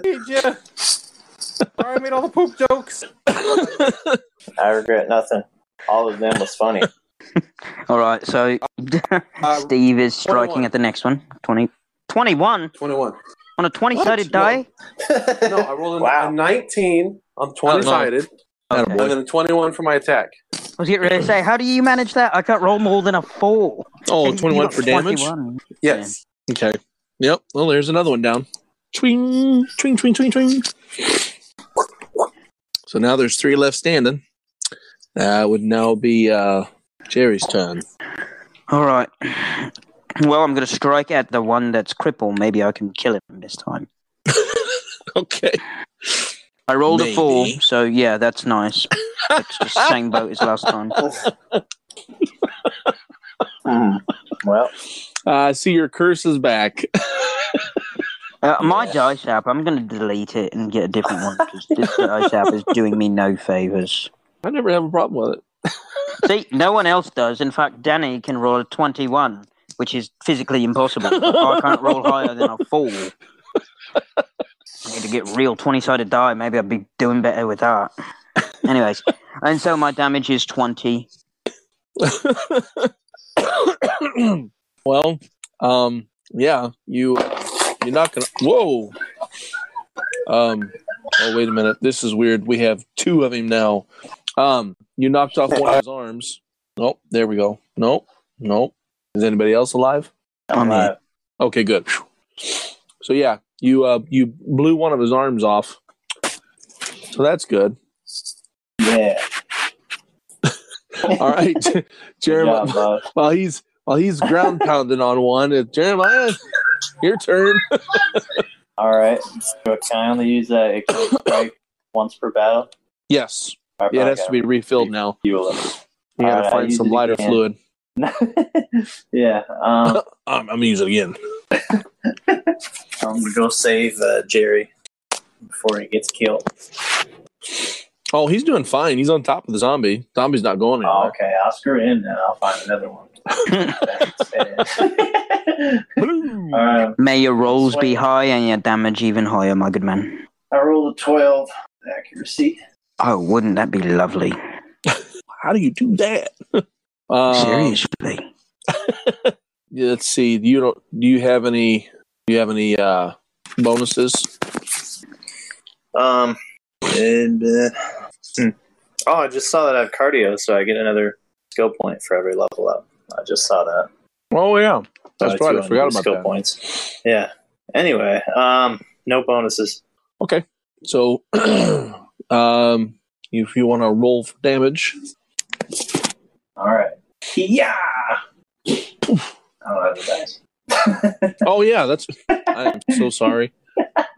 Need ya. Sorry, I made all the poop jokes. I regret nothing. All of them (laughs) was funny. All right, so (laughs) Uh, Steve is striking 21. at the next one. 20, 21 21. on a 20 sided No. die? No, I rolled a, Wow. a 19 on 20 sided, Okay. and then a 21 for my attack. I was getting ready to say, how do you manage that? I can't roll more than a four. Oh, You 21 got for damage. 21. Yes. Okay. Yep. Well, there's another one down. Twing, twing, twing, twing, twing. So now there's three left standing. That would now be uh, Jerry's turn. All right. (clears throat) Well, I'm going to strike at the one that's crippled. Maybe I can kill him this time. (laughs) okay. I rolled a four, Maybe. so yeah, that's nice. it's the same boat as last time. Well, I see your curse is back. (laughs) Uh, My dice app, I'm going to delete it and get a different one because this dice app is doing me no favors. I never have a problem with it. See, no one else does. In fact, Danny can roll a 21, which is physically impossible. I can't roll higher than a four. I need to get real 20 sided die. Maybe I'd be doing better with that. Anyways, and so my damage is 20. (coughs) well, um, yeah, you you're not gonna. Whoa. Um. Oh, wait a minute. This is weird. We have two of him now. Um. You knocked off one of his arms. Nope. There we go. Nope. Nope. Is anybody else alive? I'm alive. Okay. Good. So yeah, you uh you blew one of his arms off. So that's good. Yeah. All right, (laughs) Jeremiah. job, bud. while he's while he's (laughs) ground pounding on one, uh, Jeremiah, your turn. All right. So can I only use that explosive strike once per battle? yes. All right, Yeah, it I has got to be refilled now. You gotta All right, I find use some it lighter again. fluid. Yeah. Um, (laughs) I'm, I'm gonna use it (laughs) again. I'm gonna go save uh, Jerry before he gets killed. Oh, he's doing fine. He's on top of the zombie. Zombie's not going anywhere. Oh, okay, I'll screw it in then. I'll find another (laughs) one. (laughs) All right. May your rolls be high and your damage even higher, my good man. I rolled a 12 accuracy. Oh, wouldn't that be lovely? How do you do that? (laughs) Um, Uh, Seriously. Yeah, Let's see. Do you don't? Do you have any? Do you have any uh, bonuses? Um, and uh, hmm. oh, I just saw that I have cardio, so I get another skill point for every level up. I just saw that. Oh yeah, Uh, that's right. I 200 forgot about skill that. points. Yeah. Anyway, um, no bonuses. Okay. So, (clears throat) um, if you want to roll for damage, All right. Yeah. I don't have the (laughs) dice. oh yeah, that's. I'm so sorry.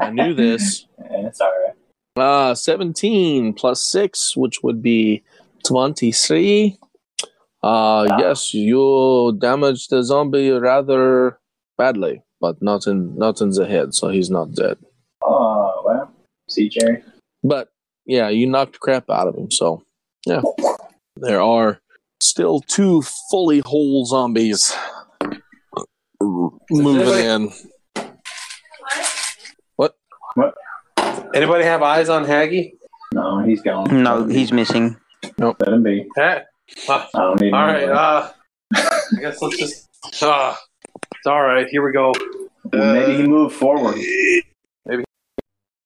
I knew this. Yeah, it's all right. Uh, 17 plus 6, which would be 23. Uh, Yes, you damaged the zombie rather badly, but not in not in the head, so he's not dead. Oh, well. See, Jerry. But yeah, you knocked crap out of him, so yeah. There are still two fully whole zombies moving in. What? What? Anybody have eyes on Haggy? No, he's gone. No, he's missing. Nope. Let him be. Hey. Uh, I don't need all him right. anyway. Uh, I guess let's just. Uh, it's all right. Here we go. Well, maybe he Uh, moved forward. Maybe.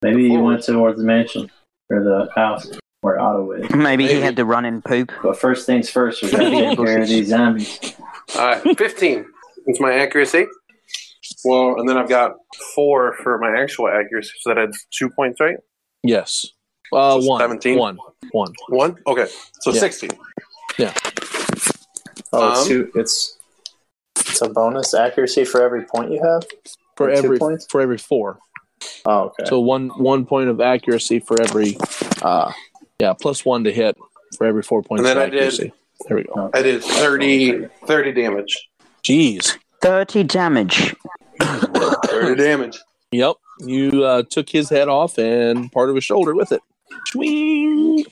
Maybe he went towards the mansion or the house where Otto is. Maybe, he had to run and poop. But first things first, we gotta take care of (laughs) these zombies. All right. 15 Uh, is my accuracy. Well, and then I've got four for my actual accuracy, so that adds two points, right? Yes. Uh, one. 17? One. One. One? Okay. So Yeah. 16. Yeah. Oh, it's Um, two. It's it's a bonus accuracy for every point you have. For Two every points? for every four. Oh, okay. So one one point of accuracy for every uh yeah, plus one to hit for every four points And then of I did- accuracy. There we go. I did 30, 30 damage. Jeez. 30 damage. 30 damage. Yep. You uh, took his head off and part of his shoulder with it. Swing.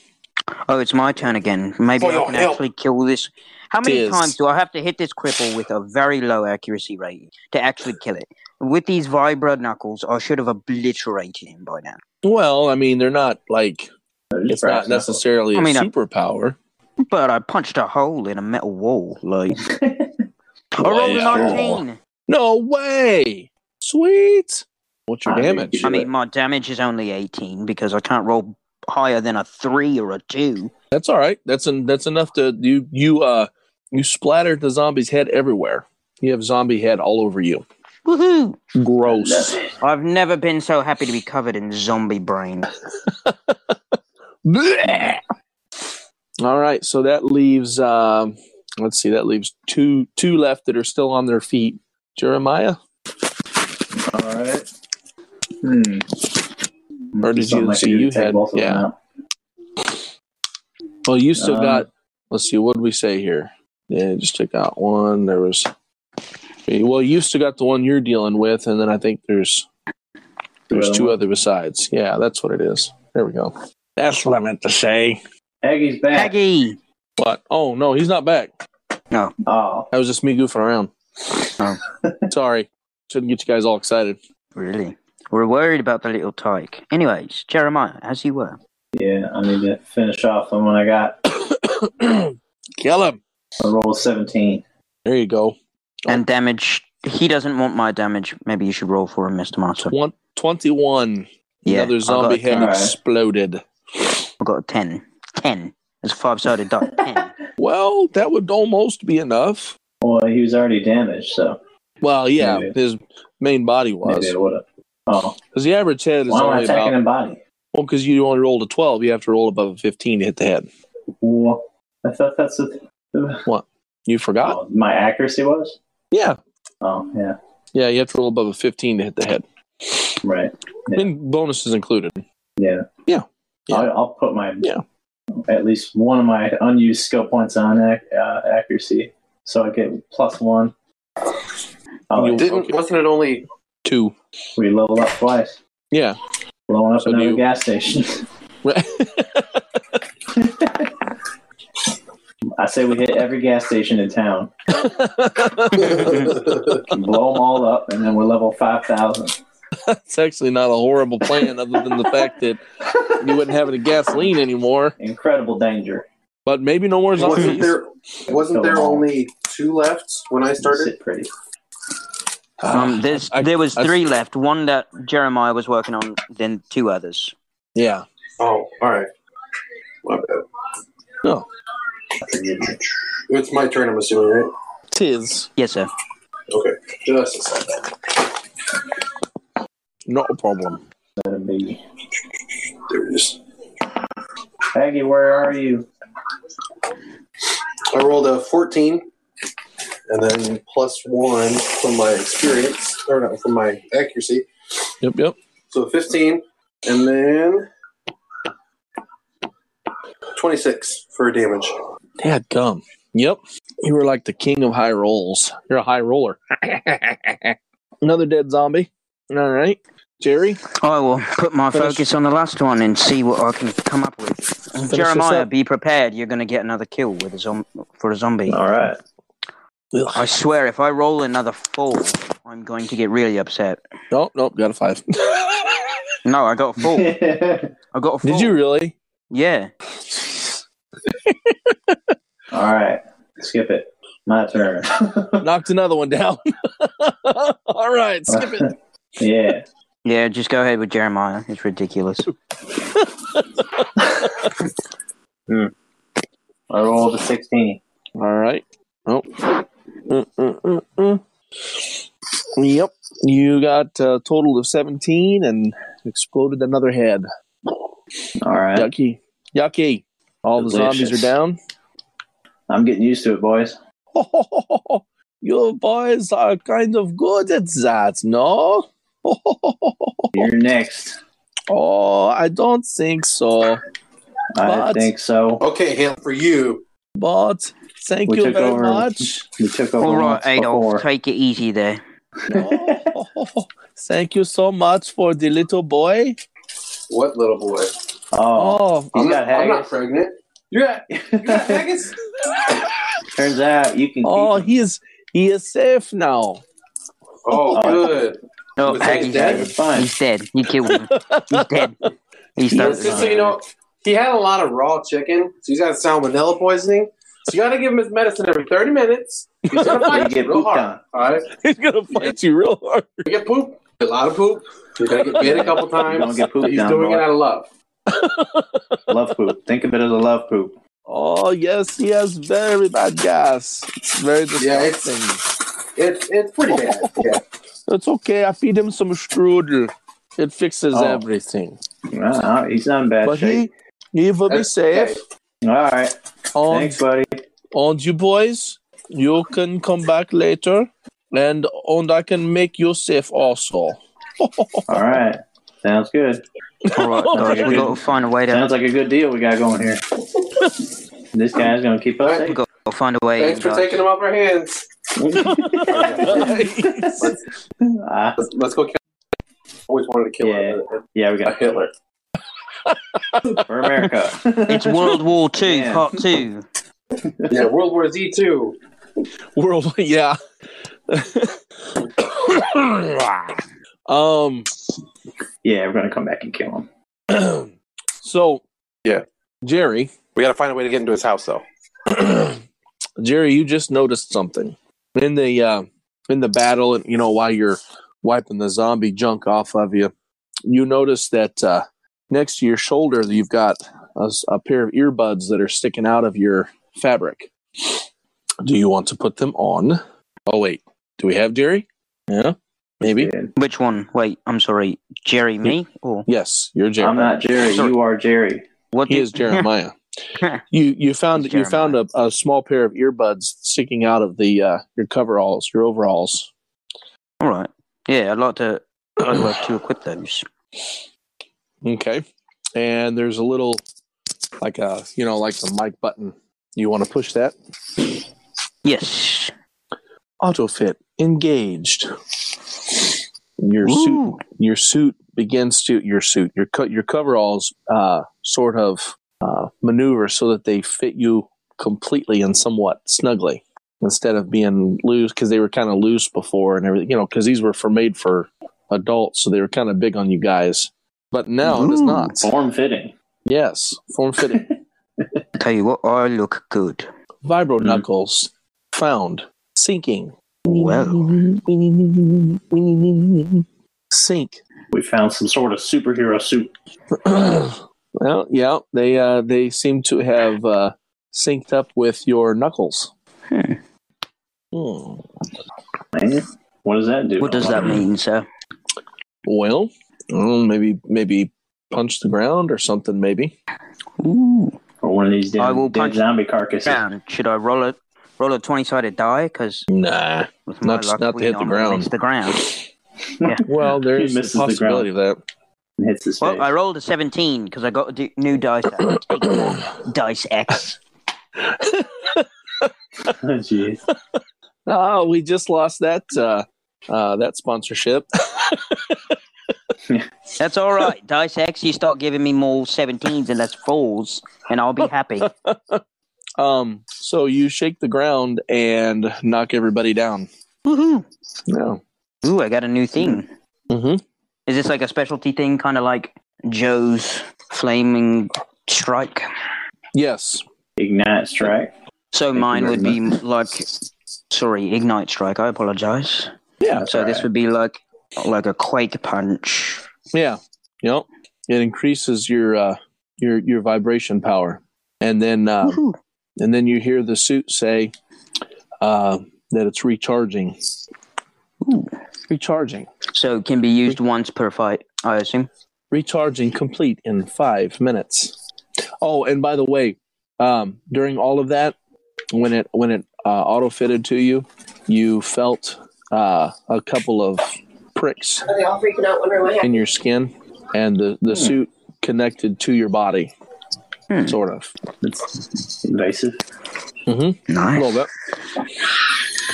Oh, it's my turn again. Maybe For I your can help. actually kill this. How many Tis. times do I have to hit this cripple with a very low accuracy rate to actually kill it? With these vibra knuckles, I should have obliterated him by now. Well, I mean, they're not like it's not necessarily I a mean, I- superpower. But I punched a hole in a metal wall. Like I rolled a Wow. 19. No way. Sweet. What's your I mean, damage? I mean, my damage is only 18 because I can't roll higher than a three or a two. That's all right. That's en- that's enough to you you uh you splattered the zombie's head everywhere. You have zombie head all over you. Woohoo! Gross. (laughs) I've never been so happy to be covered in zombie brain. Bleh. All right, so that leaves um, let's see, that leaves two two left that are still on their feet. Jeremiah, All right. Hmm. or did you? Something I Let's could see, do to you take had both of them yeah. out. Well, you still Um, got. Let's see, what did we say here? Yeah, just took out one. There was. Well, you still got the one you're dealing with, and then I think there's there's other two ones? other besides. Yeah, that's what it is. There we go. That's what I meant to say. Aggies back. Aggie. What? Oh no, he's not back. No. Oh. That was just me goofing around. (laughs) Oh. Sorry. Shouldn't get you guys all excited. Really? We're worried about the little tyke. Anyways, Jeremiah, as you were. Yeah, I need to finish off the one I got. (coughs) Kill him. I rolled 17. There you go. And damage. He doesn't want my damage. Maybe you should roll for him, Mr. Master. One, 21. Yeah, I Another got zombie it. head Alright. exploded. I got a 10. 10. It's a five sided die. (laughs) 10. Well, that would almost be enough. Well, he was already damaged, so Well, yeah, Maybe. his main body maybe was. it would have. Oh, Because the average head is why am I only attacking about. in body? Well, because you only rolled a 12, you have to roll above a 15 to hit the head. Well, I thought that's the, the What? You forgot? oh, my accuracy was. Yeah. Oh yeah, Yeah, you have to roll above a 15 to hit the head. right. Yeah. And bonuses included. Yeah, Yeah. Yeah. I'll, I'll put my Yeah. at least one of my unused skill points on ac- uh, accuracy, so I get plus one. Oh, You- Didn't okay. wasn't it only Two. we level up twice, Yeah. blowing up So do another you- gas station. (laughs) Right. I say we hit every gas station in town, That's blow them all up, and then we're level five thousand. (laughs) It's actually not a horrible plan, other than the fact that you wouldn't have any gasoline anymore. Incredible danger. But maybe no more wasn't zombies. there wasn't there only two left when I started? Sit pretty. Um, there's, I- there was I- three left. One that Jeremiah was working on, then two others. Yeah. Oh, all right. My bad. No. It's my turn. I'm assuming, right? Tis. Yes, sir. Okay, just a second. Not a problem. Let him be. There it is. Aggie, where are you? I rolled a 14, and then plus one from my experience, or no, from my accuracy. Yep, yep. So 15, and then 26 for damage. Dad gum. Yep. You were like the king of high rolls. You're a high (laughs) roller. Another dead zombie. All right. Jerry. I will put my Finish- focus on the last one and see what I can come up with. And this Jeremiah, up. be prepared. You're going to get another kill with a zom- for a zombie. All right. I swear, if I roll another four, I'm going to get really upset. Nope, Oh, nope, got a five. (laughs) No, I got a four. I got a four. Did you really? Yeah. (laughs) all right, skip it. My turn. Knocked another one down. (laughs) All right, skip it. (laughs) yeah. Yeah, just go ahead with Jeremiah. It's ridiculous. I rolled a 16. (laughs) All right. Oh. Mm, mm, mm, mm. Yep. You got a total of 17 and exploded another head. All right. Yucky. Yucky. All the zombies are Delicious. down. I'm getting used to it, boys. (laughs) you boys are kind of good at that, no? (laughs) You're next. oh, I don't think so. I But- think so. Okay, Hale, for you. But thank We you took very over. (laughs) much. We took over All right, once Adolf, before. take it easy there. Oh, (laughs) thank you so much for the little boy. What little boy? Oh, Oh, he's I'm, got not, I'm not haggis. pregnant. You're at, you're (laughs) at haggis? Turns out you can oh, keep he is he is safe now. Oh, good. Oh, Was that Aggie's his dad? dead. Fine. He's dead. You killed him. He's (laughs) dead. He's Yeah, done. it's just so you know, he had a lot of raw chicken, so he's got salmonella poisoning. So you got to give him his medicine every 30 minutes. He's (laughs) gonna You fight get you real pooped hard. on. All right, He's gonna fight you real hard. you get poop, a lot of poop. You're gonna get bit a (laughs) couple times. Don't get pooped he's on, doing boy. it out of love. Love poop. Think of it as a love poop. Oh yes, he has very bad gas. It's very Yeah, it's- disgusting. It's it's (laughs) pretty bad. Yeah, It's okay. I feed him some strudel. It fixes Oh. everything. Uh, he's not in bad But shape. he Eva, be safe. All right. On, Thanks, buddy. And you boys, you can come back later, and and I can make you safe (laughs) also. All right. Sounds good. All right, guys, we gotta find a way to. Sounds like a good deal we got going (laughs) here. this guy's gonna keep us. We gotta find a way. Thanks for guys. taking them off our hands. (laughs) let's, let's go kill. Always wanted to kill yeah. uh, a, Ah, yeah, we got Hitler. For America. (laughs) It's World War Two, Part Two. Yeah, World War Z two. World, (laughs) yeah. (coughs) um. (coughs) Yeah, we're gonna come back and kill him. so yeah, Jerry, we got to find a way to get into his house though. (clears throat) Jerry, you just noticed something in the uh, in the battle, and you know while you're wiping the zombie junk off of you, you notice that uh, next to your shoulder you've got a, s- a pair of earbuds that are sticking out of your fabric. Do you want to put them on? Oh wait, do we have Jerry? Yeah, maybe. Which one? Wait, I'm sorry, Jerry. Me or Yes, you're Jerry. I'm not Jerry. You are Jerry. What He the- is Jeremiah. you you found you found a, a small pair of earbuds sticking out of the uh, your coveralls, your overalls. All right. Yeah, I'd like to. I'd like to equip those. Okay, and there's a little like a you know like the mic button. You want to push that? Yes. Auto fit engaged. Your suit your suit begins to your suit your co- your coveralls uh, sort of uh, maneuver so that they fit you completely and somewhat snugly instead of being loose because they were kind of loose before and everything you know because these were for made for adults so they were kind of big on you guys but now it is not Form fitting. yes form fitting Tell you what, I look good. vibro knuckles found sinking Well. sink We found some sort of superhero suit. (clears throat) well yeah they uh they seem to have uh synced up with your knuckles Hmm. What does that do? What does that mean, sir? Well, I don't know, maybe maybe punch the ground or something. Maybe. Ooh. Or one of these dead, I will dead punch zombie carcasses. Down. Should I roll it? Roll a twenty-sided die? Because nah, with Not- not to hit the ground. It's the ground. Yeah. Well, there (laughs) He is the misses the possibility of that. Hits his Well, face. I rolled a seventeen because I got a d- new dice. (coughs) app. Take that, dice X. (laughs) Jeez. (clears throat) Oh, we just lost that uh, uh, that sponsorship. (clears throat) That's all right. Dice X, you start giving me more 17s and less 4s, and I'll (laughs) be happy. Um, so you shake the ground and knock everybody down. Woohoo. No. Ooh, I got a new thing. Mm-hmm. Is this like a specialty thing, kind of like Joe's Flaming Strike? Yes. Ignite strike. So mine would be like, sorry, Ignite Strike. I apologize. Yeah. So this would be like like a Quake Punch. Yeah. Yep. It increases your uh, your your vibration power, and then uh, and then you hear the suit say uh, that it's recharging. Recharging. So it can be used once per fight, I assume. Recharging complete in five minutes. Oh, and by the way, um, during all of that, when it when it uh, auto fitted to you, you felt uh, a couple of pricks Are they all freaking out wondering what in happened? your skin, and the the Hmm. suit connected to your body, sort of. It's invasive. Mm-hmm. Nice. A little bit.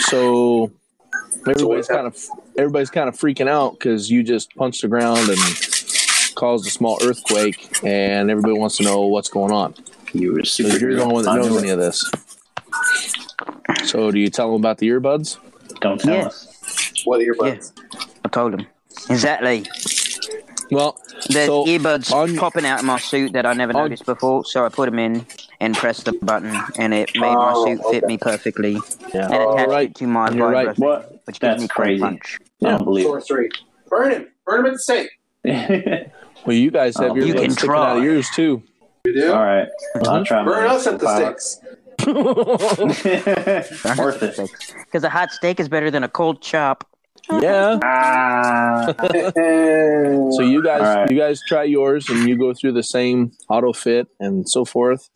So everybody's kind of everybody's kind of freaking out because you just punched the ground and caused a small earthquake, and everybody wants to know what's going on. You were super. You're the only one that knows any of this. So do you tell them about the earbuds? Don't tell Yeah. us. What earbuds? I told him. Exactly. Well, There's earbuds popping out of my suit that I never noticed before, so I put them in and pressed the button, and it made my Oh, suit fit me perfectly. Yeah. And attached right. it to my You're right. vibro, What? which gives That's me crazy. crazy. punch. Unbelievable. Sorcery. Burn him. Burn him at the stake. Well, you guys have Oh, your you earbuds can sticking out of try. yours too. You do. (laughs) All right. I'll try. Burn my us at the power. stakes. Worth it. (laughs) (laughs) (laughs) Because a hot steak is better than a cold chop. (laughs) Yeah. Ah. so you guys, All right. you guys try yours, and you go through the same auto fit and so forth.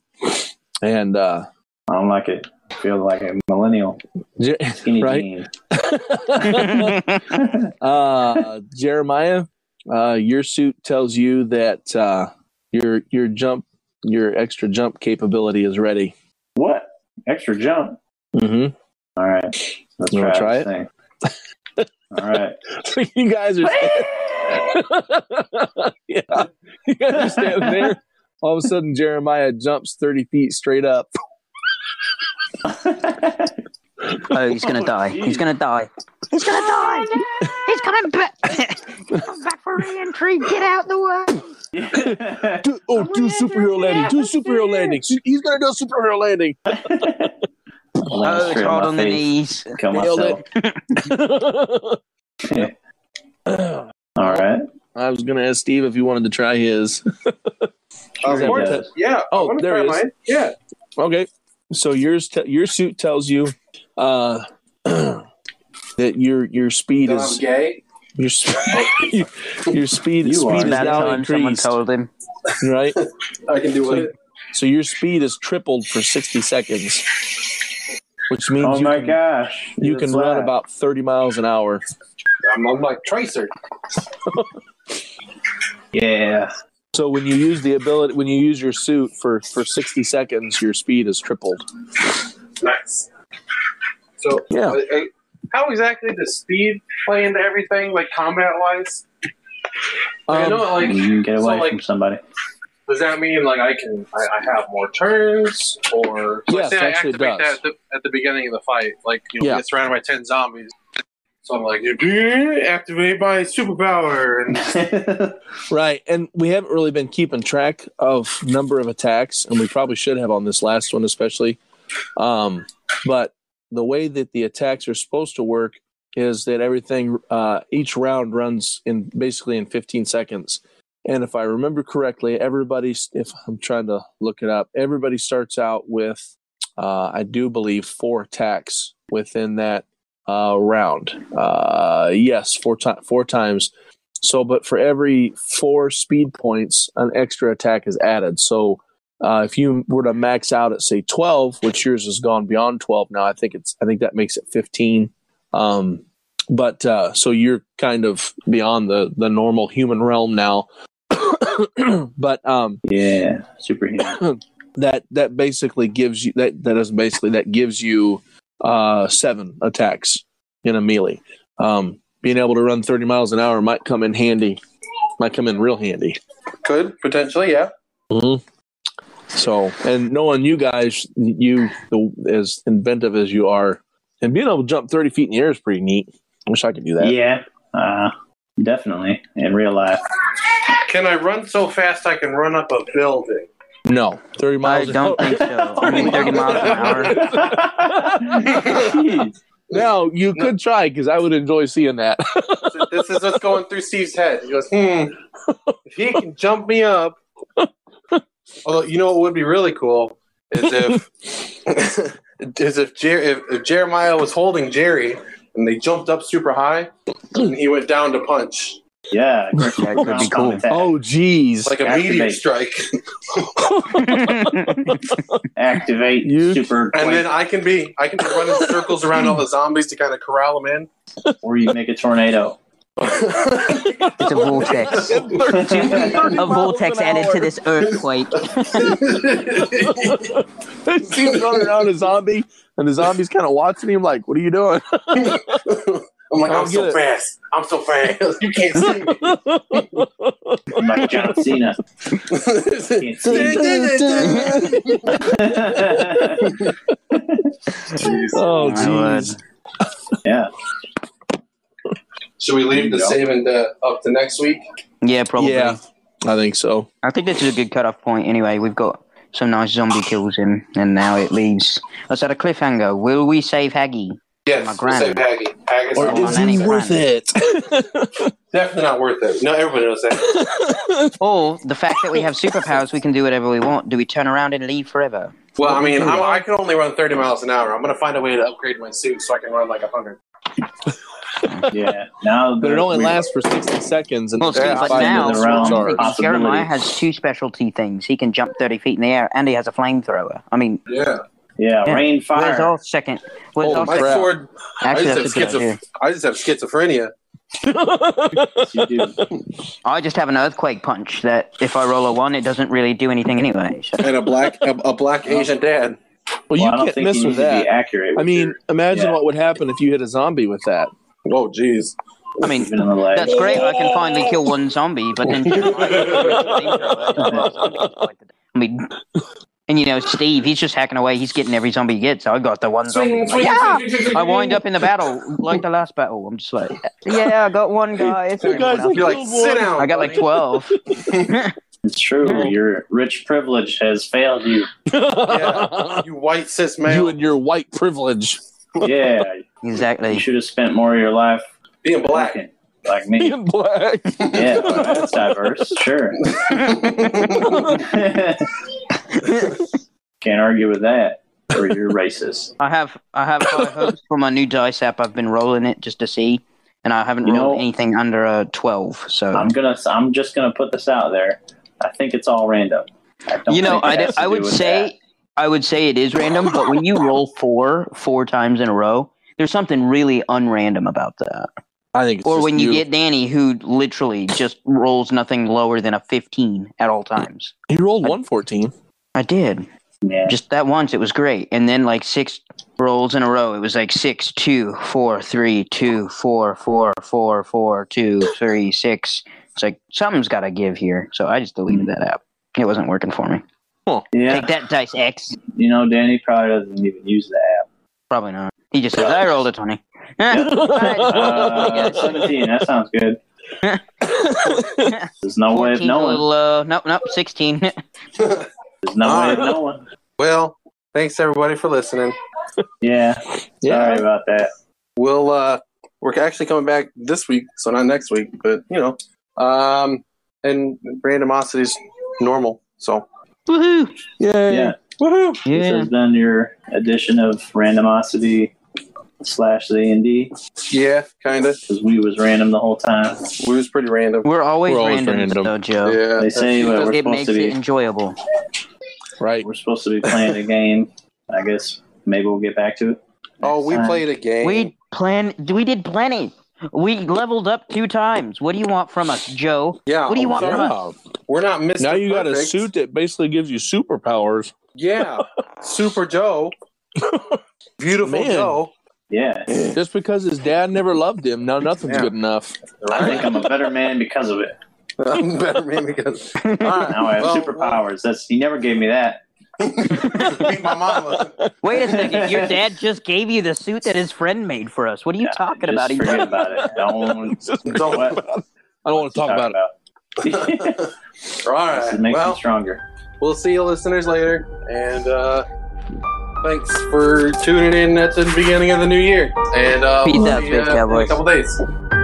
And uh, I don't like it. Feel like a millennial. Skinny right? jeans. (laughs) Oh, uh, Jeremiah, uh, your suit tells you that uh, your your jump, your extra jump capability is ready. What extra jump? Mm-hmm. All right, let's You wanna try try, this thing. All right, So (laughs) you guys are, (laughs) yeah, you guys are standing there. All of a sudden, Jeremiah jumps thirty feet straight up. Oh, he's gonna die. He's gonna die. He's gonna die. He's coming back. He's coming back for re-entry. Get out the way. do, oh, do superhero landing. Do superhero landing. He's gonna do a superhero landing. Oh, it's straight in hard my on the face. knees. Kill Nailed myself. (laughs) All right. I was gonna ask Steve if he wanted to try his. Of course. Yeah. Oh, wanna there try it is. mine. Yeah. Okay. So yours, te- your suit tells you uh, (clears throat) that your your speed That is I'm gay. your sp- (laughs) your, your speed You speed are. is That now time someone increased. told him. Right. I can do so, it. So your speed is tripled for sixty seconds, which means Oh you my can, gosh, you can run about thirty miles an hour. I'm on my tracer. Yeah. So when you use the ability, when you use your suit for for sixty seconds, your speed is tripled. Nice. So, Yeah. I- I- how exactly does speed play into everything, like combat wise? Um, Like, I know, like, you can get so, away like, from somebody. (laughs) does that mean like I can I, I have more turns, or like, Yes, say I actually activate that it does. at the, at the beginning of the fight, like you know, Yeah. get surrounded by ten zombies. So I'm like, activate my superpower, and Right, and we haven't really been keeping track of number of attacks, and we probably should have on this last one especially. Um, but the way that the attacks are supposed to work is that everything, uh, each round runs in basically in 15 seconds. And if I remember correctly, everybody's if I'm trying to look it up, everybody starts out with, uh, I do believe, four attacks within that uh, round. Uh, yes, four times. four times. So, but for every four speed points, an extra attack is added. So, uh, if you were to max out at say twelve, which yours has gone beyond twelve now, I think it's I think that makes it fifteen. Um, but uh, so you're kind of beyond the the normal human realm now. (coughs) but um, yeah, superhuman. that that basically gives you that that is basically that gives you uh seven attacks in a melee. Um being able to run 30 miles an hour might come in handy. Might come in real handy. could potentially, yeah. hmm So, and knowing you guys, you the, as inventive as you are, and being able to jump 30 feet in the air is pretty neat. Wish I could do that. Yeah, uh, definitely in real (laughs) life. Can I run so fast I can run up a building? No, 30 miles. I (laughs) don't think so. I mean, 30 miles an hour. Now you could try because I would enjoy seeing that. this is what's going through Steve's head. He goes, hmm, if he can jump me up. Although, you know what would be really cool is if (laughs) is if, Jer- if, if Jeremiah was holding Jerry and they jumped up super high and he went down to punch. Yeah, (laughs) that could be cool. Oh, geez! Like a meteor Activate. strike. Activate super, And then I can be I can be running circles around all the zombies to kind of corral them in. or you make a tornado. (laughs) It's a (laughs) vortex. a vortex added to this earthquake. Oh, Steve's running around a zombie, and the zombie's kind of watching him, like, "What are you doing?" I'm like, I don't I'm so get it. fast. I'm so fast. (laughs) You can't see me. I'm like John Cena. (laughs) Can't see (laughs) me. Oh, My word. jeez. Yeah. Should we leave the saving to, up to next week? Yeah, probably. Yeah, I think so. I think this is a good cutoff point anyway. We've got some nice zombie kills in, and now it leaves us at a cliffhanger. Will we save Haggy? Yes, My we'll say granny. Maggie. Haggis Or is is he worth it? definitely not worth it. No, everybody knows (laughs) that. Or the fact that we have superpowers, we can do whatever we want. Do we turn around and leave forever? Well, I mean, I'm, I can only run 30 miles an hour. I'm going to find a way to upgrade my suit so I can run like 100. yeah. Now, (laughs) but it the- only we- lasts for sixty seconds, and Well, then Steve's five like, minutes now- is Around charged. possibility. Jeremiah has two specialty things. He can jump 30 feet in the air and he has a flamethrower. I mean, Yeah. yeah, rain, fire. Where's our second? Where's Oh, our my second? sword. Actually, I that's just, a have good idea. schizo- I just have schizophrenia. (laughs) I just have an earthquake punch that if I roll a one, it doesn't really do anything anyway. So. And a black a, a (laughs) black Asian dad. Well, you can't miss with that. I mean, imagine what would happen if you hit a zombie with (laughs) that. Whoa, Oh, jeez. I mean, that's great. I can finally kill one zombie, but (laughs) then I mean, and you know, Steve, he's just hacking away. He's getting every zombie he gets. I got the one zombie. Swing, swing, yeah! swing, swing, swing, I wind swing. up in the battle like the last battle. I'm just like, yeah, I got one guy. It's You everyone guys else. are like, "Sit down, (laughs) I got like twelve. It's true. Your rich privilege has failed (laughs) you. You white cis man. You and your white privilege. Yeah. Exactly. You should have spent more of your life being black, (laughs) (laughs) like me. Being black. Yeah, well, that's diverse. (laughs) Sure. Can't argue with that. Or you're racist. I have I have (laughs) high hopes for my new dice app. I've been rolling it just to see, and I haven't You rolled know- anything under a twelve. Uh, So I'm gonna. I'm just gonna put this out there. I think it's all random. I don't you know, think it I, has to I do would with say I would say it is random, but when you roll four four times in a row, there's something really unrandom about that. I think, it's or just when you, you. get Danny, who literally just rolls nothing lower than a 15 at all times. He rolled one fourteen. I did. Yeah. Just that once, it was great, and then like six rolls in a row, it was like six, two, four, three, two, four, four, four, four, two, three, six. It's like something's got to give here, so I just deleted that app. It wasn't working for me. Yeah. Take that dice X. You know, Danny probably doesn't even use the app. Probably not. He just says, I rolled (laughs) a 20. (laughs) Uh, Seventeen. That sounds good. There's no way of 14's a knowing. little, uh, nope, nope, 16. There's no way of Ah. Alright. knowing. Well, thanks everybody for listening. Yeah. Sorry about that. We'll uh we're actually coming back this week, so not next week, but you know. Um and randomosity's normal. So (laughs) Woohoo! Yeah. Woohoo! This has been your edition of randomosity slash the D. Yeah, kinda. Because we was random the whole time. We was pretty random. We're always, random, though, Joe. Yeah. They say uh, we're it supposed makes to be it enjoyable. right. We're supposed to be playing a game. I guess maybe we'll get back to it. Oh, we time. played a game. We plan. We did plenty. We leveled up two times. What do you want from us, Joe? Yeah. What do you I'm want sorry. from us? We're not missing. Now you got a suit that basically gives you superpowers. Yeah. Super (laughs) Joe. Beautiful Man. Joe. Yeah. Just because his dad never loved him, now nothing's Yeah. good enough. I think I'm a better man because of it. I'm (laughs) better man because (laughs) Now I have (laughs) superpowers. That's he never gave me that. beat my mama. Wait a (laughs) second. Your dad just gave you the suit that his friend made for us. What are you talking about? Just He's forget about (laughs) it. Don't, Don't- what- I don't want to talk about it. All This right. makes Well, me stronger. we'll see you listeners later. And uh, thanks for tuning in at the beginning of the new year. And uh, Peace we'll out, see Space ya in a Cowboys. couple days.